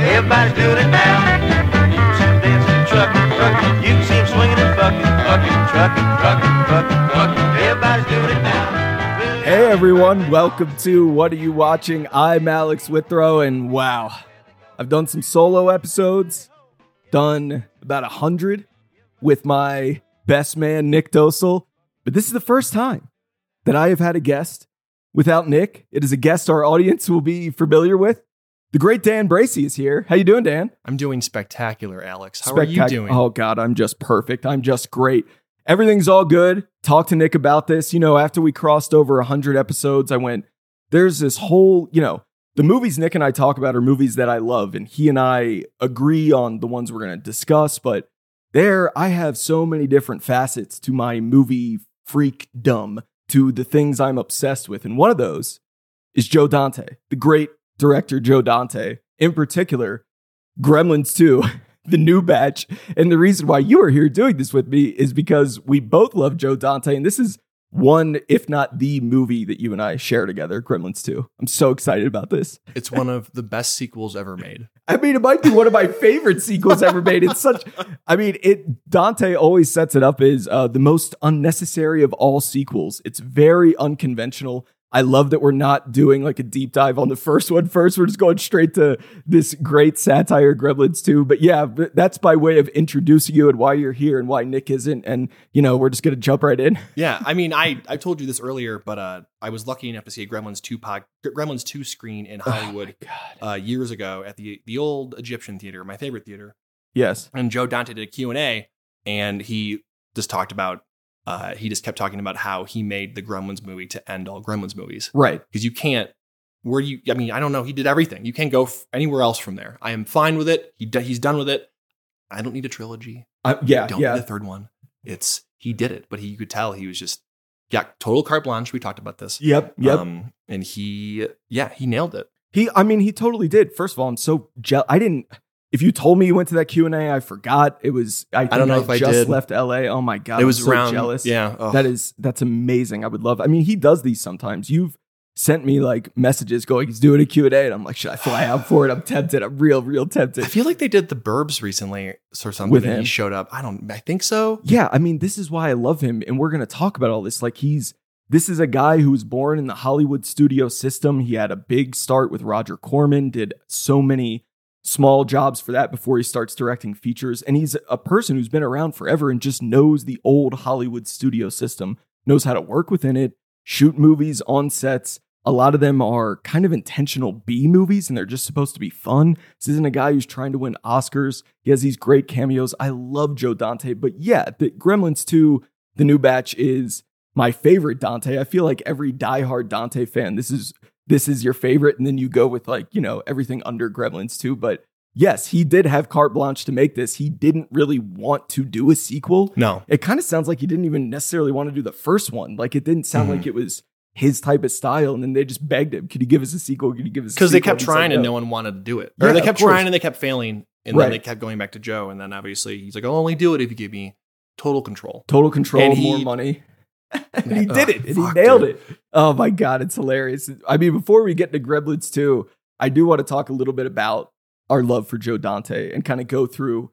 doing it now. You've seen him dancing, trucking, trucking. You've seen him swinging and bucking, bucking, trucking, trucking, bucking, bucking. Everybody's doing it now. Really Hey everyone, welcome to What Are You Watching? I'm Alex Withrow, and wow, I've done some solo episodes, done about a hundred with my best man Nick Dosel, but this is the first time that I have had a guest without Nick. It is a guest our audience will be familiar with. The great Dan Bracey is here. How you doing, Dan? I'm doing spectacular, Alex. How are Spectac- you doing? Oh God, I'm just perfect. I'm just great. Everything's all good. Talk to Nick about this. You know, after we crossed over 100 episodes, I went, there's this whole, you know, the movies Nick and I talk about are movies that I love, and he and I agree on the ones we're going to discuss. But there, I have so many different facets to my movie freak dumb, to the things I'm obsessed with. And one of those is Joe Dante, the great director Joe Dante, in particular, Gremlins 2, the new batch. And the reason why you are here doing this with me is because we both love Joe Dante. And this is one, if not the movie that you and I share together, Gremlins 2. I'm so excited about this. It's one of the best sequels ever made. I mean, it might be one of my favorite sequels ever made. It's such, I mean, it Dante always sets it up as uh, the most unnecessary of all sequels. It's very unconventional. I love that we're not doing like a deep dive on the first one first. We're just going straight to this great satire, Gremlins 2. But yeah, but that's by way of introducing you and why you're here and why Nick isn't. And, you know, we're just going to jump right in. Yeah, I mean, I I told you this earlier, but uh, I was lucky enough to see a Gremlins two pod, Gremlins two screen Oh in Hollywood uh, years ago at the the old Egyptian theater, my favorite theater. Yes. and Joe Dante did a Q&A and he just talked about uh, he just kept talking about how he made the Gremlins movie to end all Gremlins movies Right. because you can't where you I mean I don't know he did everything you can't go f- anywhere else from there I am fine with it he d- he's done with it I don't need a trilogy I, yeah. don't need Yeah. a third one it's he did it but he you could tell he was just got total carte blanche we talked about this Yep. Yep. um, and he yeah he nailed it He, I mean, he totally did. First of all, I'm so jealous. I didn't. If you told me you went to that Q and A, I forgot. It was. I, think don't know if I just did. left LA. Oh my god, it was I'm so around jealous. yeah oh. Ugh. that is that's amazing. I would love. I mean, he does these sometimes. You've sent me like messages going, he's doing a Q and A, and I'm like, should I fly out for it? I'm tempted. I'm real, real tempted. I feel like they did the Burbs recently or something. With and him. He showed up. I don't. I think so. yeah, I mean, this is why I love him, and we're gonna talk about all this. Like, he's this is a guy who was born in the Hollywood studio system. He had a big start with Roger Corman, did so many small jobs for that before he starts directing features. And he's a person who's been around forever and just knows the old Hollywood studio system, knows how to work within it, shoot movies on sets. A lot of them are kind of intentional B movies and they're just supposed to be fun. This isn't a guy who's trying to win Oscars. He has these great cameos. I love Joe Dante, but yeah, the Gremlins 2, the new batch is my favorite Dante. I feel like every diehard Dante fan, this is this is your favorite, and then you go with like you know everything under Gremlins too. But yes, he did have carte blanche to make this. He didn't really want to do a sequel. No. It kind of sounds like he didn't even necessarily want to do the first one. Like it didn't sound Mhm. like it was his type of style. And then they just begged him, "Could you give us a sequel? Could you give us?" Because they kept trying and no one wanted to do it. Or Yeah, they of kept course. trying and they kept failing. And Right. then they kept going back to Joe. And then obviously he's like, I'll only do it if you give me total control. total control, And he- more money. and he did Ugh, it. And he fuck, nailed dude. it. Oh my god, it's hilarious. I mean, before we get to Gremlins 2, I do want to talk a little bit about our love for Joe Dante and kind of go through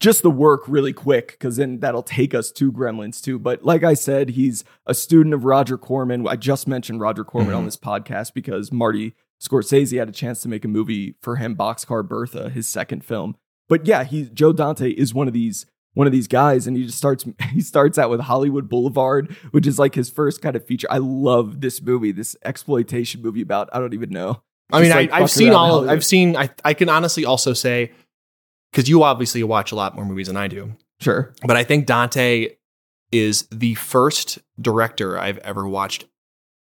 just the work really quick because then that'll take us to Gremlins 2. But like I said, he's a student of Roger Corman. I just mentioned Roger Corman on Mhm. this podcast because Marty Scorsese had a chance to make a movie for him, Boxcar Bertha, his second film. But yeah, he Joe Dante is one of these one of these guys and he just starts he starts out with Hollywood Boulevard, which is like his first kind of feature. I love this movie, this exploitation movie about I don't even know. I mean, Just, like, I, I've fucking seen around all. Hollywood. I've seen. I, I can honestly also say, because you obviously watch a lot more movies than I do, Sure. but I think Dante is the first director I've ever watched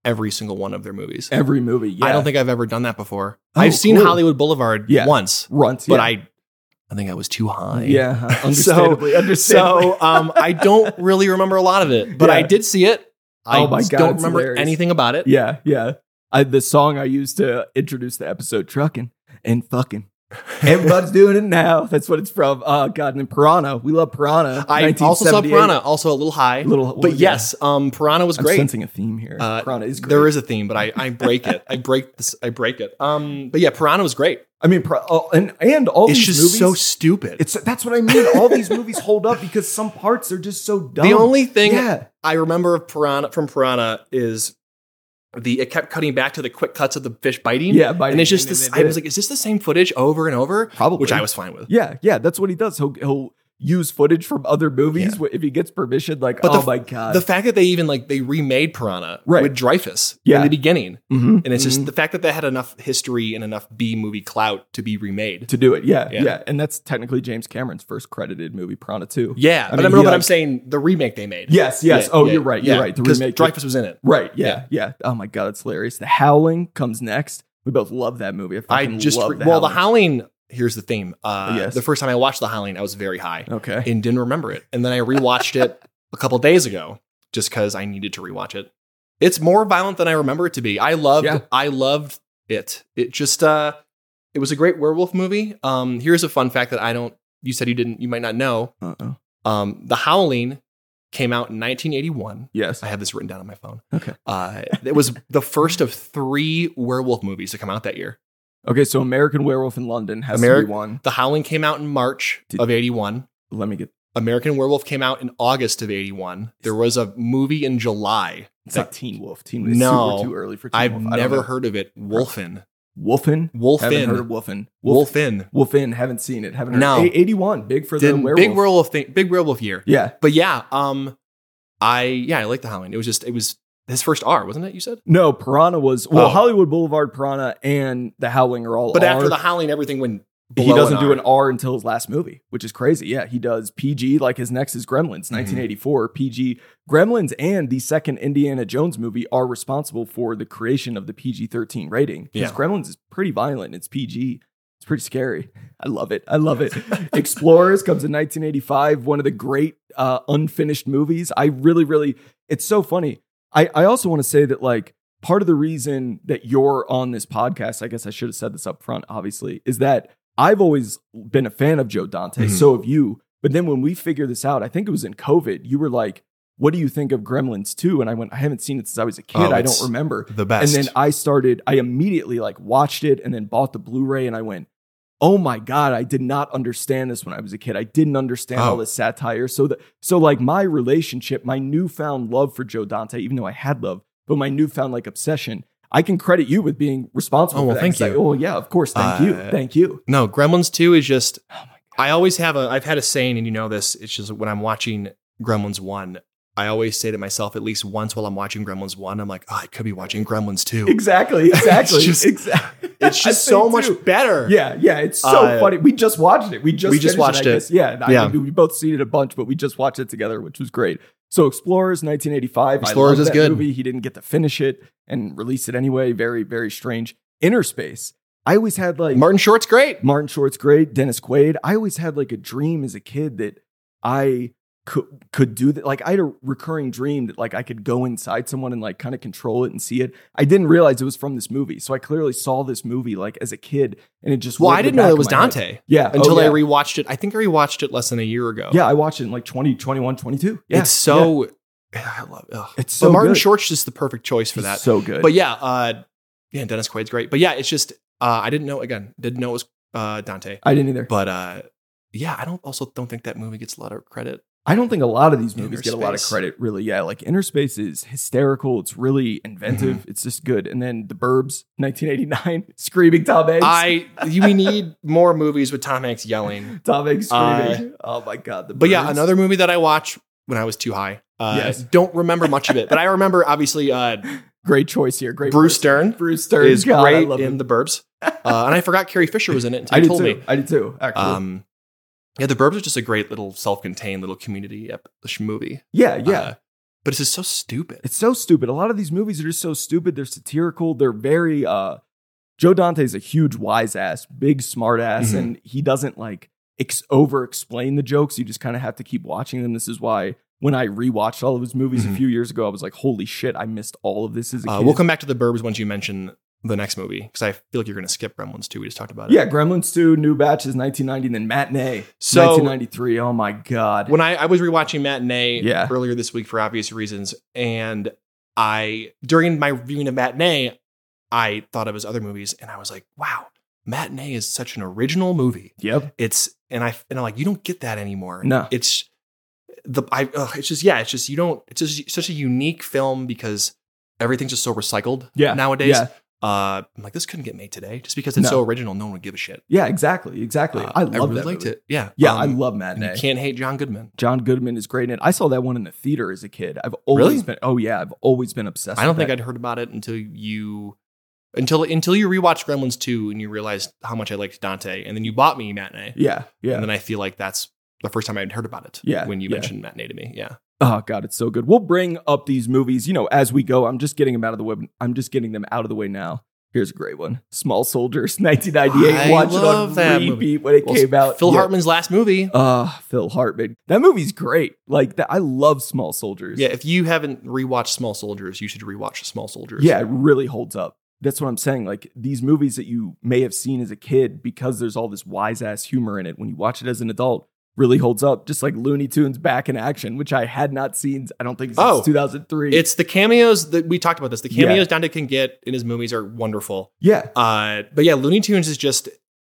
every single one of their movies. Every movie. Yeah. I don't think I've ever done that before. Oh, I've seen cool. Hollywood Boulevard Yeah. once. runs. but yeah. I, I think I was too high. Yeah. huh. Understandably. understandably. So um, I don't really remember a lot of it, but Yeah. I did see it. I Oh my God, don't it's remember hilarious. anything about it. Yeah, yeah. I, the song I used to introduce the episode, trucking and fucking Everybody's doing it now. That's what it's from. Oh God, and then Piranha. We love Piranha. I also saw 1978. Piranha, also a little high, Little- but yeah. yes, um, Piranha was I'm great. sensing a theme here. Uh, Piranha is great. There is a theme, but I, I break it. I break this. I break it. Um, but yeah, Piranha was great. I mean, pro- oh, and and all It's these just movies. so stupid. it's that's what I mean. All these movies hold up because some parts are just so dumb. the only thing yeah, I remember of Piranha from Piranha is the it kept cutting back to the quick cuts of the fish biting. yeah, by and it's just this. I was like, is this the same footage over and over? Probably. which I was fine with. yeah, yeah. That's what he does. He'll he'll use footage from other movies wh- if he gets permission. Like, But oh the- my god, the fact that they even like they remade Piranha Right. with Dreyfus Yeah. in the beginning, Mhm. and it's just Mhm. the fact that they had enough history and enough B movie clout to be remade. to do it. Yeah, yeah, Yeah. and that's technically James Cameron's first credited movie, Piranha Two. Yeah, I mean, but I remember he, what like- I'm saying. The remake they made. Yes, yes. Yeah, oh, yeah, you're right. You're yeah, right. The 'cause remake. Dreyfus was in it. Right. Yeah, yeah. Oh my god, it's hilarious. The Howling comes next. We both love that movie. I, I fucking just love well, the Howling. Howling. Here's the theme. Uh, Yes. The first time I watched the Howling, I was very high Okay. and didn't remember it, and then I rewatched it a couple days ago just because I needed to rewatch it. It's more violent than I remember it to be. I loved. Yeah. I loved it. It just. uh It was a great werewolf movie. Um, here's a fun fact that I don't. You said you didn't. You might not know. Uh-oh. Um, the Howling came out in 1981. Yes. I have this written down on my phone. Okay. Uh, it was the first of three werewolf movies to come out that year. Okay, so American Werewolf in London has to Ameri- be one. The Howling came out in March Did- of 81. Let me get. American Werewolf came out in August of 81. There was a movie in July. It's that like Teen Wolf. Teen Wolf. It's No. super too early for Teen I've Wolf. I don't know. never heard of it. Wolfen. Wolfen. Haven't heard of Wolfen. Wolfen. Wolf. Wolfen. Wolfen. Haven't seen it. Haven't heard. No. A- 81. Big for the Didn't- werewolf. Big werewolf thing. Big werewolf year. Yeah. But yeah, um, I yeah, I like the Howling. It was just it was his first R, wasn't it? You said. No, Piranha was well. Oh. Hollywood Boulevard Piranha and The Howling are all. But after R. the Howling, everything went. he below doesn't do R. an R until his last movie, which is crazy. Yeah, he does PG like his next is Mm-hmm. Gremlins, 1984. PG Gremlins and the second Indiana Jones movie are responsible for the creation of the PG-13 rating. Because Yeah. Gremlins is pretty violent. It's PG. It's pretty scary. I love it. I love it. Explorers comes in 1985, one of the great uh, unfinished movies. I really, really, it's so funny. I, I also want to say that, like, part of the reason that you're on this podcast, I guess I should have said this up front, obviously, is that I've always been a fan of Joe Dante. Mhm. So have you. But then when we figured this out, I think it was in COVID, you were like, what do you think of Gremlins 2? And I went, I haven't seen it since I was a kid. Oh, I it's don't remember. the best. And then I started, I immediately like watched it and then bought the Blu-ray and I went, oh my God, I did not understand this when I was a kid. I didn't understand all Oh. this satire. So that so like my relationship, my newfound love for Joe Dante, even though I had love, but my newfound like obsession, I can credit you with being responsible Oh, for well, that. thank 'Cause I- you. oh yeah, of course. Thank you. Uh, Thank you. No, Gremlins 2 is just Oh my God. I always have a I've had a saying and you know this, it's just when I'm watching Gremlins 1, I always say to myself at least once while I'm watching Gremlins 1, I'm like, "Oh, I could be watching Gremlins 2." Exactly. Exactly. just- exactly. It's just I think so much too. better. Yeah, yeah, it's so Uh, funny. We just watched it. We just we just finished watched I it. guess. Yeah, I Yeah. mean, we both seen it a bunch, but we just watched it together, which was great. So Explorers, 1985. Explorers I love is that good. Movie. He didn't get to finish it and release it anyway. Very, very strange. Inner Space. I always had like Martin Short's great. Martin Short's great. Dennis Quaid. I always had like a dream as a kid that I could could do that. Like I had a recurring dream that like I could go inside someone and like kind of control it and see it. I didn't realize it was from this movie, so I clearly saw this movie like as a kid, and it just Well, went I in the didn't know back that of was my head. Dante Yeah, oh, until yeah. I rewatched it. I think I rewatched it less than a year ago. yeah, I watched it in like 20, 21, 22. Yeah, It's so I love ugh. It's But so Martin good. Short's just the perfect choice for He's that. so good. But yeah, uh yeah, Dennis Quaid's great. But yeah, it's just uh I didn't know again, didn't know it was uh Dante. I didn't either. But uh yeah, I don't also don't think that movie gets a lot of credit. I don't think a lot of these movies get a lot of Interspace. credit, really. Yeah, like Inner Space is hysterical. It's really inventive. Mm-hmm. It's just good. And then The Burbs, 1989, Screaming Tom Hanks. I you- we need more movies with Tom Hanks yelling. Tom Hanks I- screaming. oh my God. The But yeah, Burbs. another movie that I watched when I was too high. Uh, Yes. Don't remember much of it, but I remember obviously uh, Great choice here. Great Bruce choice. Stern Bruce Stern is God, I great love in him. The Burbs, uh, and I forgot Carrie Fisher was in it until I you did told too. me. I did too. Actually. Um, yeah, The Burbs are just a great little self-contained little community ep- movie. yeah, yeah. Uh, but it's just so stupid. It's so stupid. A lot of these movies are just so stupid. They're satirical. They're very uh Joe Dante's a huge wise ass, big smart ass, Mhm. and he doesn't like ex- over explain the jokes. You just kind of have to keep watching them. This is why when I rewatched all of his movies Mhm. a few years ago, I was like, holy shit, I missed all of this as a Uh, kid. we'll come back to The Burbs once you mention the next movie because I feel like you're going to skip Gremlins 2. We just talked about it. Yeah, Gremlins 2, New Batch is 1990, and then Matinee, So- 1993. Oh my God. When I, I was rewatching Matinee Yeah. earlier this week for obvious reasons, and I during my viewing of Matinee, I thought of his other movies, and I was like, "Wow, Matinee is such an original movie." yep. It's and I and I'm like, you don't get that anymore. No. it's the I. Ugh, it's just yeah. It's just you don't. It's just such a unique film because everything's just so recycled. Yeah. nowadays. Yeah. Uh, I'm like, this couldn't get made today just because it's No. so original. No one would give a shit. Yeah, exactly. Exactly. Uh, I love really that liked movie. it. Yeah, Yeah, I Um, love and you Matinee. can't hate John Goodman. John Goodman is great in it. I saw that one in the theater as a kid. I've always Really? been, oh yeah, I've always been obsessed I don't think I. I'd heard about it until you until until you rewatched Gremlins 2 and you realized how much I liked Dante and then you bought me Matinee. Yeah, yeah. And then I feel like that's the first time I'd heard about it. Yeah, When you yeah. mentioned Matinee to me. Yeah. Oh god, it's so good. We'll bring up these movies, you know, as we go. I'm just getting them out of the way. I'm just getting them out of the way now. Here's a great one: Small Soldiers, 1998. I Watch it love on that repeat movie. when it Well, came out. Phil Yeah. Hartman's last movie. Ah, Phil Hartman. That movie's great. Like that, I love Small Soldiers. Yeah, if you haven't rewatched Small Soldiers, you should rewatch Small Soldiers. yeah, it really holds up. That's what I'm saying. Like these movies that you may have seen as a kid, because there's all this wise ass humor in it. When you watch it as an adult, really holds up. Just like Looney Tunes Back in Action, which I had not seen. I don't think since Oh, 2003. It's the cameos that we talked about this. The Yeah. cameos Dante can get in his movies are wonderful. yeah, Uh, but yeah, Looney Tunes is just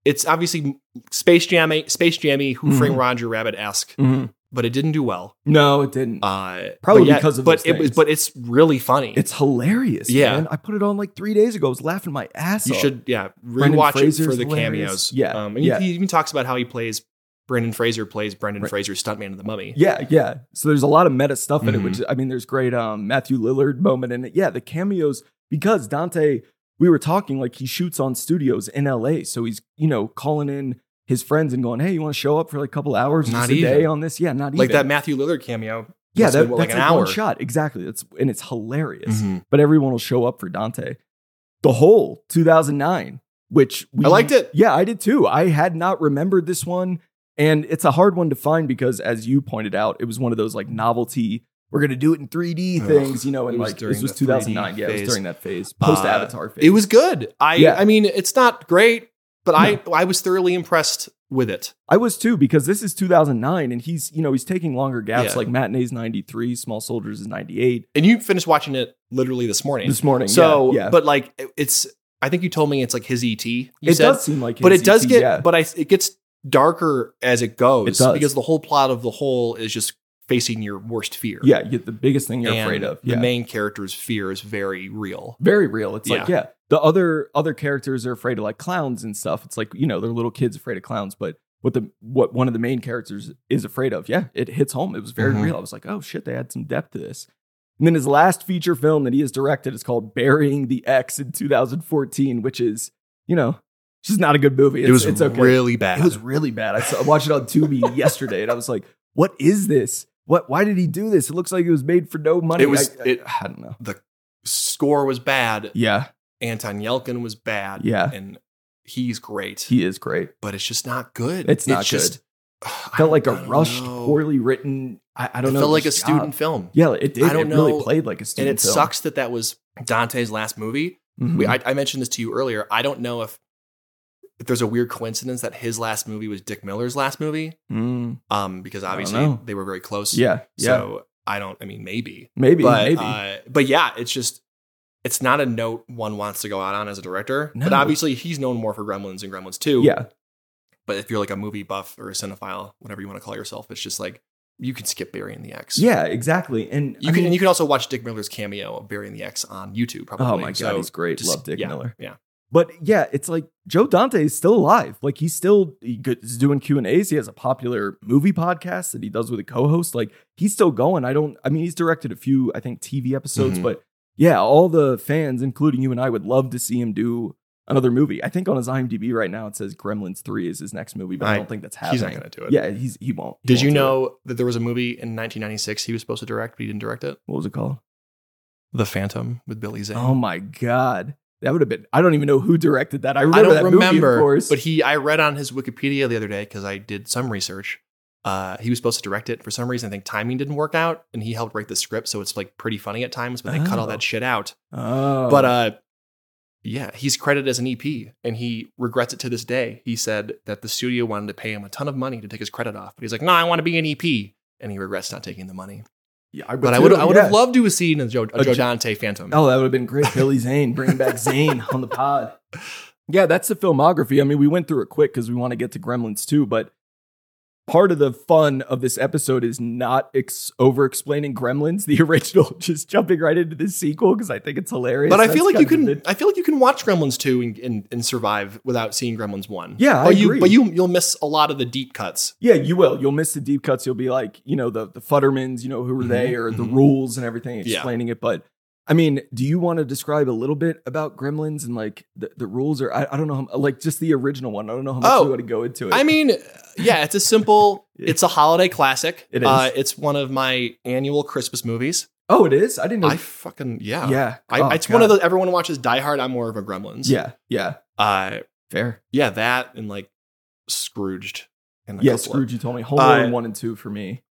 it's obviously Space Jammy, Space Jammy, Who Framed Mm-hmm. Roger Rabbit esque, Mhm. but it didn't do well. no, it didn't. Mm-hmm. Uh, Probably but yeah, because of but those it was, things. but it's really funny. It's hilarious. Yeah. man. I put it on like three days ago. I was laughing my ass you off. should yeah Brendan rewatch it for Fraser's the hilarious. cameos. Yeah, um, and yeah. He, he even talks about how he plays Brendan Fraser plays Brendan Right. Fraser's stuntman in the Mummy. Yeah, yeah. So there's a lot of meta stuff in it, Mhm. which I mean, there's great um, Matthew Lillard moment in it. Yeah, the cameos because Dante, we were talking like he shoots on studios in LA, so he's you know calling in his friends and going, hey, you want to show up for like a couple hours, Not just a day even. on this? Yeah, not like even. that Matthew Lillard cameo. Yeah, must've that, been, what, that's like an hour shot exactly. That's and it's hilarious. Mhm. But everyone will show up for Dante. The whole 2009, which we, I liked it. Yeah, I did too. I had not remembered this one, and it's a hard one to find because, as you pointed out, it was one of those like novelty. We're gonna do it in 3D Ugh. things, you know, and It was like during this was the 3D 2009. Yeah, it phase. Uh, was during that phase, post Avatar phase. It was good. I Yeah. I mean, it's not great, but I I was thoroughly impressed with it. I was too because this is 2009, and he's you know he's taking longer gaps. Yeah. Like Matinee's 93, Small Soldiers is 98. And you finished watching it literally this morning. This morning, so, yeah, yeah. but like it- it's I think you told me it's like his ET. You it said, does seem like, but his it does ET, get yeah. but I it gets darker as it goes It does. because the whole plot of the whole is just facing your worst fear. Yeah, you the biggest thing you're And afraid of. The Yeah. main character's fear is very real. Very real. It's like, Yeah. yeah. The other other characters are afraid of like clowns and stuff. It's like, you know, they're little kids afraid of clowns, but what the what one of the main characters is afraid of, yeah, it hits home. It was very Mhm. real. I was like, oh shit, they had some depth to this. And then his last feature film that he has directed is called Burying the X in 2014, which is, you know, it's just not a good movie. It's, it was it's okay. really bad. It was really bad. I, saw, I watched it on Tubi yesterday, and I was like, "What is this? What? Why did he do this? It looks like it was made for no money." It was- I, I- it- I don't know. score was bad. Yeah, Anton Yelkin was bad. Yeah. And he's great. He is great. but it's just not good. It's not just, Felt like a a rushed, poorly written. I, I don't it know. Felt like a just student job. film, Yeah, it did. I don't it really know. played like a student. and it film. sucks that that was Dante's last movie. Mhm. We, I, I mentioned this to you earlier. I don't know if, if there's a weird coincidence that his last movie was Dick Miller's last movie, Mm. um, because don't obviously know. they were very close. Yeah, yeah. So I don't. I mean, maybe, maybe, but maybe. Uh, but yeah, it's just. It's not a note one wants to go out on as a director, but No. obviously he's known more for Gremlins and Gremlins 2. yeah, But if you're like a movie buff or a cinephile, whatever you want to call yourself, it's just like you can skip Barry and the X. yeah, exactly. And You I can mean- and you can also watch Dick Miller's cameo of Barry and the X on YouTube probably. oh my god, So he's great. just- Love Dick yeah, Miller. Yeah. But yeah, it's like Joe Dante is still alive. Like he's still he good- he's doing Q and A's. He has a popular movie podcast that he does with a co-host. Like he's still going. I don't. I mean, he's directed a few, I think, TV episodes. Mhm. But yeah, all the fans, including you and I, would love to see him do another movie. I think on his IMDb right now it says Gremlins Three is his next movie, but I, I- don't think that's happening. He's not gonna do it. Yeah, he's he won't. He Did won't you do it. know that there was a movie in 1996 he was supposed to direct, but he didn't direct it? what was it called? The Phantom with Billy Zane. Oh my god, that would have been. I don't even know who directed that. I remember I don't that remember, movie, of course. but he I read on his Wikipedia the other day because I did some research. Uh, he was supposed to direct it. For some reason, I think timing didn't work out, and he helped write the script, so it's like pretty funny at times, but they cut all Oh. that shit out. oh. But uh, Yeah, he's credited as an EP, and he regrets it to this day. He said that the studio wanted to pay him a ton of money to take his credit off, but he's like, "No, I want to be an EP," and he regrets not taking the money. Yeah, I would But I too, would I would yeah. have loved to have seen a Joe, a A Joe Jo- Dante Phantom. Oh, that would have been great. Billy Zane, bring back Zane on the pod. Yeah, that's the filmography. I mean, we went through it quick because we want to get to Gremlins too, but part of the fun of this episode is not ex- over explaining Gremlins, the original, just jumping right into the sequel because I think it's hilarious. But I That's feel like kind you of the can mid- I feel like you can watch Gremlins two and, and, and survive without seeing Gremlins one. Yeah, I but you agree. but you you'll miss a lot of the deep cuts. yeah, you will. You'll miss the deep cuts. You'll be like, you know, the the Futtermans, you know, who are they, Mhm, or the mhm. rules and everything, Yeah. explaining it. But I mean, do you want to describe a little bit about Gremlins and like the, the rules, or I, I don't know, how, like just the original one? I don't know how much Oh, you want to go into it. I mean, yeah, it's a simple. Yeah. It's a holiday classic. It is. Uh, it's one of my annual Christmas movies. Oh, it is. I didn't know. I fucking yeah. yeah, I, Oh, it's one of God. those. Everyone watches Die Hard. I'm more of a Gremlins. Yeah, yeah, Uh, fair. yeah, that and like Scrooged. And a Yeah, couple of- Scrooge. You told me Home Alone Uh, one and two for me.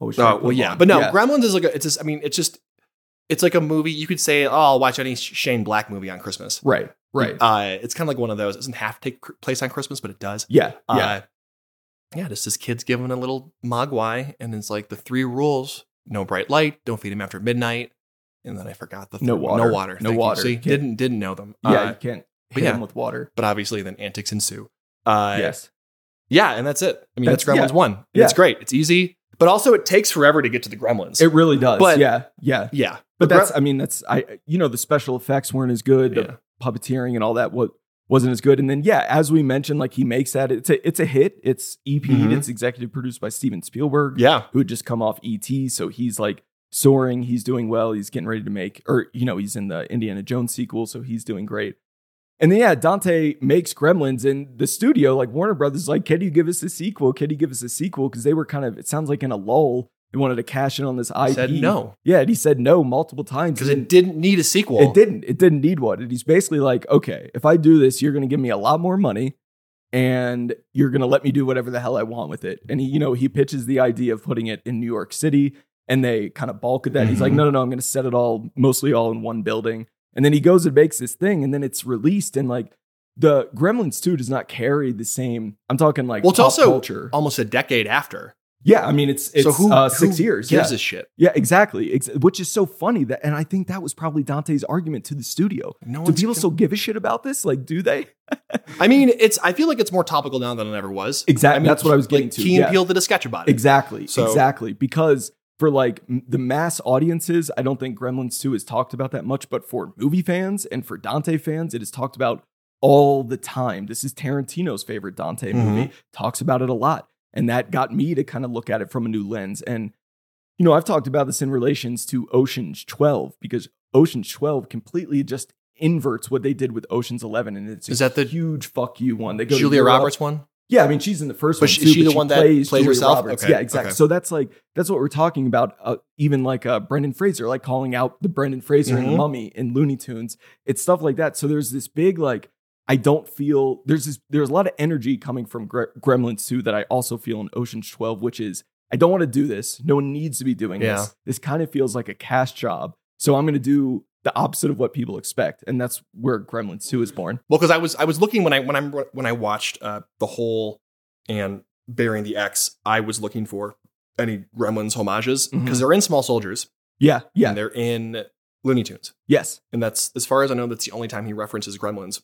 Oh, shit, Oh put well, them yeah, on. but no, Gremlins is like a, it's just. I mean, it's just. It's like a movie. You could say, "Oh, I'll watch any Sh- Shane Black movie on Christmas." right, right. Uh, it's kind of like one of those. It doesn't have to take cr- place on Christmas, but it does. yeah, yeah. Uh, yeah, just this kid's given a little mogwai, and it's like the three rules no bright light, don't feed him after midnight. And then I forgot the No third- water. No water. No thank you. water. See, Can't- didn't didn't know them. yeah, Uh, you can't but hit yeah. them with water. but obviously, then antics ensue. Uh, yes. Yeah, and that's it. I mean, that's, That's- Gremlins one. And Yeah. It's great. It's easy, but also it takes forever to get to the Gremlins. It really does. but- yeah, yeah. yeah, But The that's, Grem- I mean, that's, I, you know, the special effects weren't as good. The Yeah. puppeteering and all that wa- wasn't as good. And then, yeah, as we mentioned, like he makes that, it's a, it's a hit. It's EP, 'd, Mhm. it's executive produced by Steven Spielberg. yeah, who had just come off ET. So he's like soaring, he's doing well, he's getting ready to make, or, you know, he's in the Indiana Jones sequel, so he's doing great. And then, yeah, Dante makes Gremlins in the studio. Like Warner Brothers, is like, can you give us a sequel? Can you give us a sequel? Because they were kind of, it sounds like in a lull. They wanted to cash in on this I IP. said no Yeah, and he said no multiple times. because And it didn't need a sequel. it didn't. It didn't need one. And he's basically like, okay, if I do this, you're going to give me a lot more money and you're going to let me do whatever the hell I want with it. And he, you know, he pitches the idea of putting it in New York City and they kind of balk at that. He's like, Mhm. no, no, no, I'm going to set it all mostly all in one building. And then he goes and makes this thing and then it's released and like the Gremlins 2 does not carry the same. I'm talking like Well, it's pop also- culture. Almost a decade after. yeah, I mean it's it's so who uh, 6 who years. Yeah. gives a shit? yeah, exactly. Ex- which is so funny that and I think that was probably Dante's argument to the studio. No Do one's people gonna- still give a shit about this? Like, do they? I mean, it's. I feel like it's more topical now than it ever was. Exactly. I mean, That's what I was getting like, to. Key and yeah. Peele did a sketch about it. Exactly. So- Exactly. Because for like m- the mass audiences, I don't think Gremlins 2 is talked about that much, but for movie fans and for Dante fans, it is talked about all the time. This is Tarantino's favorite Dante Mm-hmm. movie, talks about it a lot. And that got me to kind of look at it from a new lens. And, you know, I've talked about this in relations to Ocean's 12 because Ocean's 12 completely just inverts what they did with Ocean's 11. And it's Is a that the huge fuck you one. They go to Julia Europe. Roberts one? Yeah, I mean, she's in the first But one. she- too, she the she one that plays Julia herself? Roberts. Okay, Yeah, exactly. okay. So that's like that's what we're talking about. Uh, even like uh, Brendan Fraser, like calling out the Brendan Fraser and Mhm. Mummy and Looney Tunes. It's stuff like that. So there's this big like I don't feel there's this there's a lot of energy coming from Gre- Gremlins 2 that I also feel in Ocean's 12, which is I don't want to do this. No one needs to be doing Yeah. this. This kind of feels like a cash job. So I'm going to do the opposite of what people expect, and that's where Gremlins 2 is born. Well, because I was I was looking when I when I when I watched uh, the whole and burying the X, I was looking for any Gremlins homages because Mhm. they're in Small Soldiers. Yeah, yeah, and they're in Looney Tunes, yes. and that's as far as I know. That's the only time he references Gremlins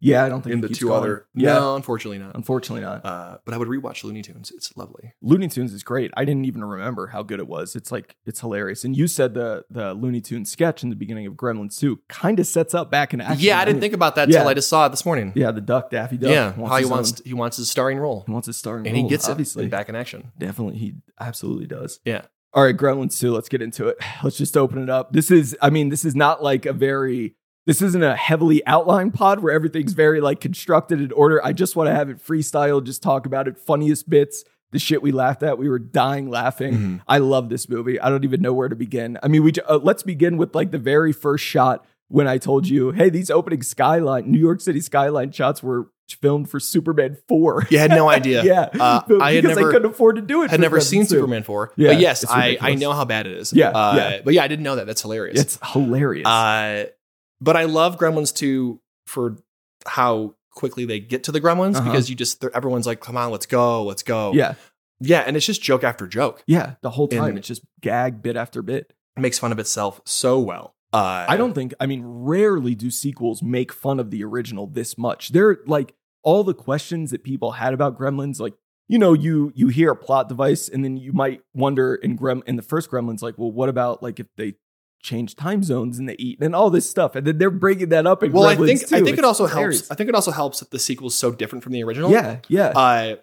Yeah, I don't think in it the keeps two going. other. Yeah, No, unfortunately not. unfortunately not. Uh, but I would rewatch Looney Tunes. It's lovely. Looney Tunes is great. I didn't even remember how good it was. It's like it's hilarious. And you said the the Looney Tunes sketch in the beginning of Gremlins 2 kind of sets up back in action. yeah, I didn't think about that till Yeah. I just saw it this morning. Yeah, the duck Daffy Duck. yeah, how he his wants own- he wants his starring role, he wants his starring and he role, gets obviously. it and back in action. Definitely, he absolutely does. Yeah. All right, Gremlins 2, let's get into it. Let's just open it up. This is, I mean, this is not like a very, this isn't a heavily outlined pod where everything's very like constructed in order. I just want to have it freestyle, just talk about it, funniest bits, the shit we laughed at. We were dying laughing. Mhm. I love this movie. I don't even know where to begin. I mean, we j- uh, let's begin with like the very first shot when I told you, hey, these opening skyline, New York City skyline shots were filmed for Superman 4. You had no idea. Yeah, Uh, But I had because never- I couldn't afford to do it. Had for never Gremlins seen 2. Superman 4. Yeah, but yes, it's I, I ridiculous. know how bad it is. Yeah, Uh, yeah. But yeah, I didn't know that. That's hilarious. It's hilarious. Uh, but I love Gremlins 2 for how quickly they get to the gremlins Uh-huh. because you just they're- everyone's like come on let's go let's go Yeah. yeah and it's just joke after joke Yeah. The whole time And- it's just gag bit after bit. it makes fun of itself so well uh I don't think, I mean, rarely do sequels make fun of the original this much. They're like all the questions that people had about Gremlins, like, you know, you you hear a plot device and then you might wonder in Grem in the first Gremlins, like, well, what about like if they change time zones and they eat and all this stuff, and then they're breaking that up. In well i Gremlins think i too. think it It's also hilarious. helps i think it also helps that the sequel's so different from the original Yeah, yeah, uh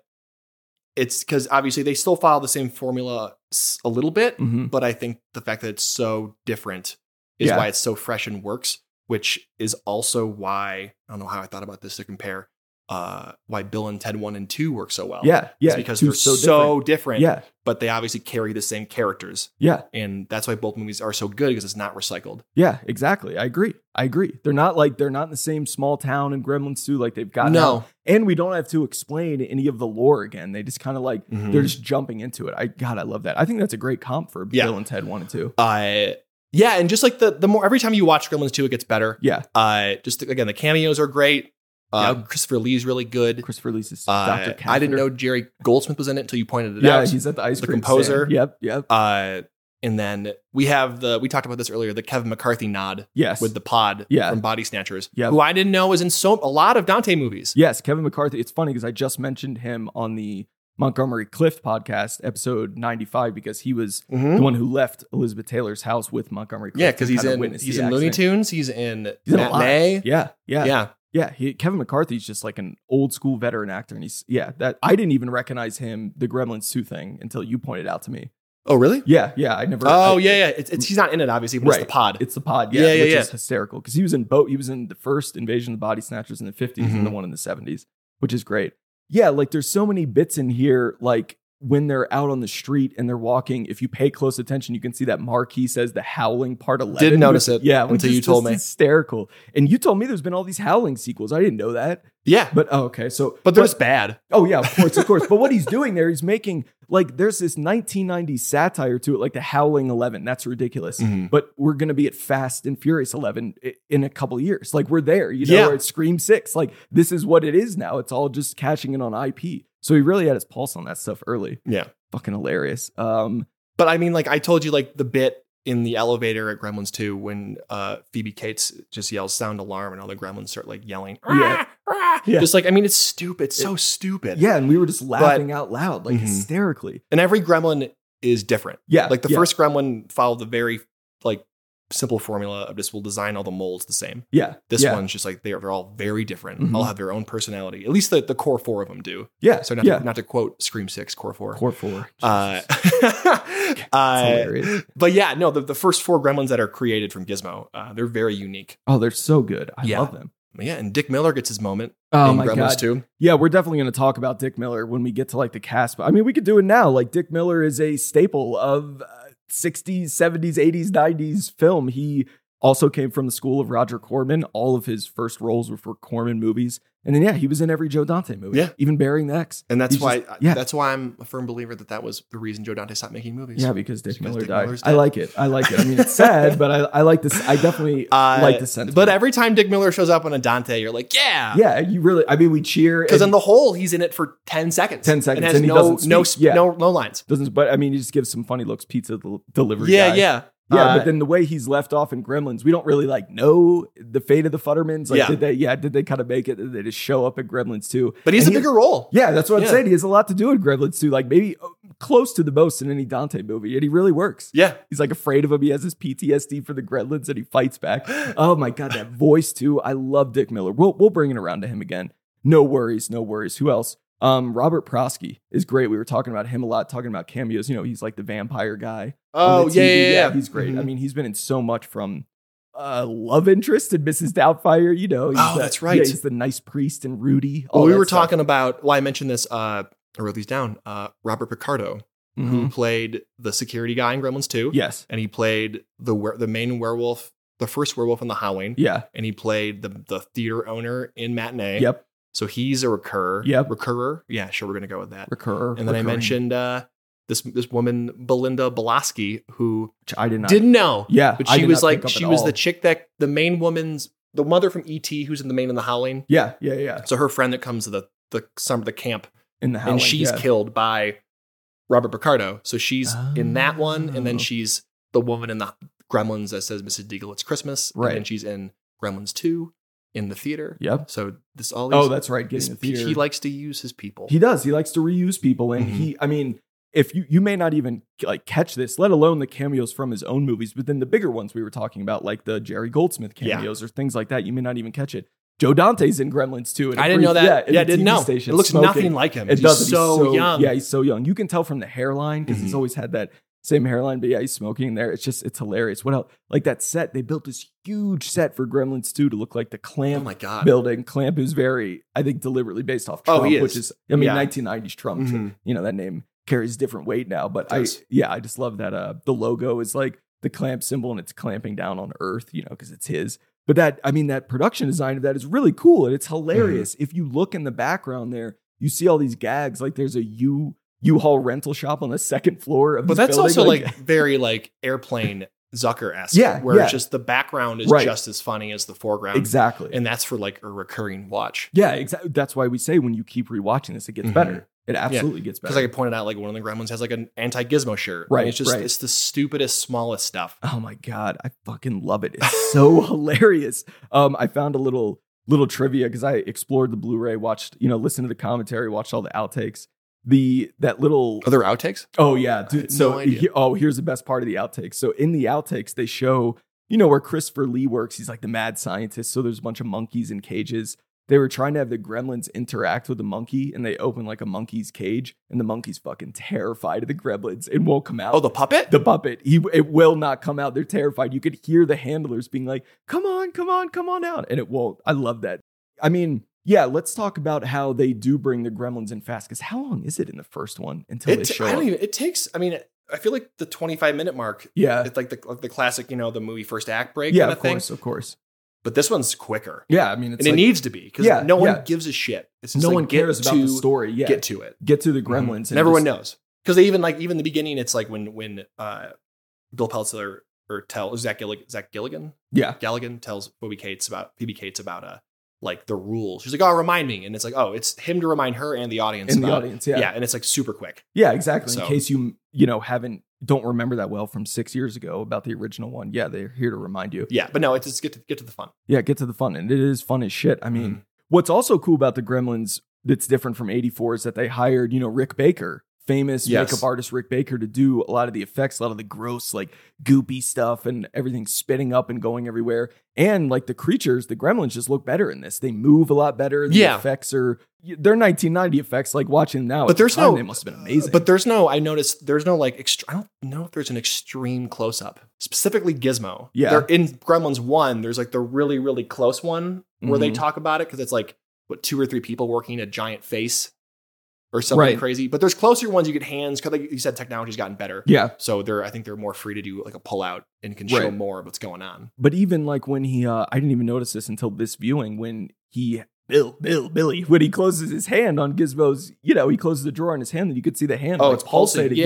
it's because obviously they still follow the same formula s- a little bit Mhm. but I think the fact that it's so different is Yeah. why it's so fresh and works, which is also why I don't know how I thought about this to compare uh, why Bill and Ted one and two work so well. yeah, yeah. It's because two they're so, different. different. yeah, but they obviously carry the same characters, yeah, and that's why both movies are so good because it's not recycled. yeah. Exactly. I agree. I agree. They're not like they're not in the same small town in Gremlins too. Like they've got no, and we don't have to explain any of the lore again. They just kind of like Mhm. they're just jumping into it. I God, I love that. I think that's a great comp for Yeah. Bill and Ted one and two. uh, yeah, and just like the the more every time you watch Gremlins two, it gets better. Yeah, Uh, just again, the cameos are great. Uh, Christopher Lee's really good. Christopher Lee's Uh, Doctor. I didn't know Jerry Goldsmith was in it until you pointed it Yeah, out. he's at the ice the cream composer. stand. Yep, yep. Uh, and then we have the we talked about this earlier, the Kevin McCarthy nod Yes, with the pod Yeah. from Body Snatchers, Yep. who I didn't know was in so a lot of Dante movies. yes, Kevin McCarthy. It's funny because I just mentioned him on the Montgomery Cliff podcast, episode ninety five, because he was the one who left Elizabeth Taylor's house with Montgomery. Cliff Hmm. Yeah, because to he's Mm-hmm. kinda in witness he's the in Looney accident. Tunes, he's in He's in a lot. Matinee. Yeah, yeah, Yeah. Yeah, he, Kevin McCarthy's just like an old school veteran actor, and he's yeah. That I didn't even recognize him the Gremlins two thing until you pointed out to me. Oh, really? Yeah, yeah, I never. Oh, I- yeah, yeah. It's, it's he's not in it, obviously, but it's Right. the pod. it's the pod. Yeah, Yeah, yeah, which yeah. is hysterical because he was in both. He was in the first Invasion of the Body Snatchers in the 50s and the Mm-hmm. one in the seventies, which is great. Yeah, like there's so many bits in here, like. When they're out on the street and they're walking, if you pay close attention, you can see that marquee says the howling part 11. Didn't notice which- it Yeah, which until is you told just me. Hysterical. And you told me there's been all these howling sequels. I didn't know that. yeah. But, But oh, okay, so they're just bad. oh yeah, of course, of course. But what he's doing there, he's making like there's this 1990s satire to it, like the Howling Eleven. That's ridiculous. Mhm. But we're gonna be at Fast and Furious Eleven i- in a couple years. Like we're there, you know. Yeah. Or at Scream Six. Like this is what it is now. It's all just cashing in on IP. So he really had his pulse on that stuff early. Yeah. Fucking hilarious. Um, But I mean, like I told you, like the bit in the elevator at Gremlins 2 when uh Phoebe Cates just yells sound alarm and all the gremlins start like yelling. Yeah. "Rah, rah." Yeah. Just like I mean, it's stupid. It's so stupid. yeah, and we were just laughing out loud, like Mhm. hysterically. and every gremlin is different Yeah, like the yeah, first gremlin followed the very like simple formula of just we'll design all the molds the same Yeah, this yeah, one's just like they are, they're all very different Mhm. all have their own personality at least the, the core four of them do yeah. so not, yeah. to, not to quote scream six core four Core four. uh, Jesus. uh, hilarious. but yeah no the, the first four gremlins that are created from gizmo uh, they're very unique oh, they're so good. I Yeah. love them. yeah and dick miller gets his moment Oh in my gremlins god. too Yeah, we're definitely going to talk about Dick Miller when we get to like the cast. But I mean, we could do it now. Like Dick Miller is a staple of uh, 60s, 70s, 80s, 90s film. He also came from the school of Roger Corman. All of his first roles were for Corman movies. And then yeah, he was in every Joe Dante movie. Yeah. Even Burying the X. and that's He's why just- yeah. that's why i'm a firm believer that that was the reason joe dante stopped making movies Yeah, because Dick Because Miller Dick died. Miller's I dead. like it. I like it. I mean, it's sad, but I, I like this. I definitely Uh, like the sentiment. But every time Dick Miller shows up on a Dante, you're like, yeah. yeah, you really. I mean, we cheer Because and- on the whole, he's in it for 10 seconds. 10 seconds, And has and he no, doesn't no, speak. sp- Yeah. no, no lines. doesn't. But I mean, he just gives some funny looks. Pizza del- delivery. Yeah, guy. yeah. Yeah, Uh, but then the way he's left off in Gremlins, we don't really like know the fate of the Futtermans. Like, Yeah. did they? Yeah, did they kind of make it? Did they just show up in Gremlins too? but he has a and he- bigger role. Yeah, that's what I'm Yeah. saying. He has a lot to do in Gremlins too. Like maybe uh, close to the most in any Dante movie, and he really works. Yeah. He's like afraid of him. He has his PTSD for the Gremlins, and he fights back. Oh my god, that voice too. I love Dick Miller. We'll we'll bring it around to him again. No worries, no worries. Who else? Um, Robert Prosky is great. We were talking about him a lot, talking about cameos. You know, he's like the vampire guy on Oh, the yeah, TV. yeah, yeah. He's great. I Mhm. mean, he's been in so much from uh, Love Interest and Mrs. Doubtfire. You know, he's Oh, the- that's right. yeah, he's the nice priest and Rudy. well, all we that were stuff. talking about, well, I mentioned this, uh, I wrote these down. Uh, Robert Picardo, who Mhm. played the security guy in Gremlins 2. Yes. And he played the were- the main werewolf, the first werewolf in The Howling. Yeah. And he played the, the theater owner in Matinee. Yep. So he's a recur. Yep. Recurrer. Yeah, sure. We're going to go with that. Recur. And then I recurring, mentioned uh, this this woman Belinda Belaski who which I did not. didn't know, yeah, but I she did was not pick like up she at was the all. chick that the main woman's the mother from ET who's in the main in the Howling. Yeah, yeah, yeah. So her friend that comes to the the summer the camp In the house, and she's killed by Robert Picardo. So she's in that one, and Oh. then she's the woman in the Gremlins that says Mrs. Deagle, it's Christmas. Right. And then she's in Gremlins 2 in the theater. Yep. So this all these Oh, that's right. this- Getting the theater. he likes to use his people. He does. He likes to reuse people, and Mhm. he. I mean, if you you may not even like catch this, let alone the cameos from his own movies, but then the bigger ones we were talking about, like the Jerry Goldsmith Yeah. cameos or things like that, you may not even catch it. Joe Dante's in Gremlins too. in a I didn't brief- know that. in Yeah, a I didn't TV know. It station looks smoking. nothing like him. It he's does. He's so, young. Yeah, he's so young. You can tell from the hairline because he's Mhm. always had that same hairline. But yeah, he's smoking in there. It's just it's hilarious. What else? Like that set they built this huge set for Gremlins two to look like the oh clam my god. building. Clamp is very, I think, deliberately based off Oh, Trump, he which is. is, I mean, Yeah. 1990s Trump. Mhm. You know, that name carries different weight now. But I, does. yeah, I just love that. Uh, the logo is like the clamp symbol, and it's clamping down on Earth. You know, because it's his. But that, I mean, that production design of that is really cool, and it's Mm-hmm. hilarious. If you look in the background there, you see all these gags. Like there's a U U-Haul rental shop on the second floor of. But this that's building, also like very like airplane Zucker esque. Yeah, Where yeah. it's just the background is Right. just as funny as the foreground. exactly. And that's for like a recurring watch. yeah, exactly. That's why we say when you keep rewatching this, it gets Mhm. better. It absolutely gets better. Because like I pointed out, like one of the gremlins has like an anti-gizmo shirt. Right, And it's just right. it's the stupidest, smallest stuff. Oh my god, I fucking love it. It's so hilarious. Um, I found a little little trivia because I explored the Blu-ray, watched, you know, listened to the commentary, watched all the outtakes. The that little Are there outtakes? oh yeah, I had dude. So no idea. he- oh, here's the best part of the outtakes. So in the outtakes, they show you know where Christopher Lee works. He's like the mad scientist. So there's a bunch of monkeys in cages. They were trying to have the gremlins interact with the monkey, and they open like a monkey's cage, and the monkey's fucking terrified of the gremlins and won't come out Oh, the puppet? the puppet. He it will not come out. They're terrified. You could hear the handlers being like, "Come on, come on, come on out," and it won't. I love that. I mean, yeah. Let's talk about how they do bring the gremlins in fast. Because how long is it in the first one until they it, show I up? don't even it takes I mean, I feel like the 25 minute mark, yeah, it's like the like the classic, you know, the movie first act break yeah. kind Of of thing. course, of course. But this one's quicker. Yeah, I mean, it's and it like, needs to be because Yeah, no one yeah. gives a shit. It's just no like, one get cares about the to- story. Yeah, Get get, to it. to the gremlins. And everyone knows. Because they even like even the beginning, it's like when when uh Bill Peltzer or tell Zach Gillig- Zach Gilligan, Yeah, Galligan tells Phoebe Cates about Phoebe Cates about uh like the rules. She's like, "Oh, remind me," and it's like, "Oh, it's him to remind her and the audience." in the about it." audience. yeah. Yeah, and it's like super quick. Yeah, exactly. So- In case you you know haven't don't remember that well from six years ago about the original one. Yeah, they're here to remind you. Yeah, but no, it's just get to get to the fun. Yeah, get to the fun. And it is fun as shit. I Mm-hmm. mean, what's also cool about the Gremlins that's different from 84 is that they hired, you know, Rick Baker, famous Yes. makeup artist Rick Baker, to do a lot of the effects, a lot of the gross, like goopy stuff and everything spitting up and going everywhere. And like the creatures, the Gremlins just look better in this. They move a lot better. The Yeah. effects are, they're 1990 effects. Like watching them now, But at the there's time, no- uh, they must have been amazing. But there's no, I noticed there's no like ext- I don't know if there's an extreme close up specifically Gizmo. Yeah. they're in Gremlins one. There's like the really really close one where they Mhm. talk about it because it's like what two or three people working a giant face or something Right. crazy. But there's closer ones. You get hands because like you said, technology's gotten better. yeah. So they're I think they're more free to do like a pull out and can show Right. more of what's going on. But even like when he, uh, I didn't even notice this until this viewing when he, Bill, Bill, Billy, when he closes his hand on Gizmo's, you know, he closes the drawer in his hand and you could see the hand. Oh, like,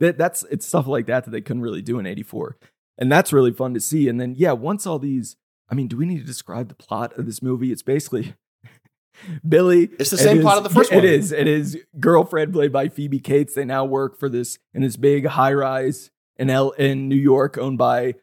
That, that's, it's stuff like that that they couldn't really do in 84. And that's really fun to see. And then, yeah, once all these, I mean, do we need to describe the plot of this movie? It's basically Billy. It's the and same his- plot of the first It one. is. It is girlfriend played by Phoebe Cates. They now work for this in this big high rise in L in New York, owned by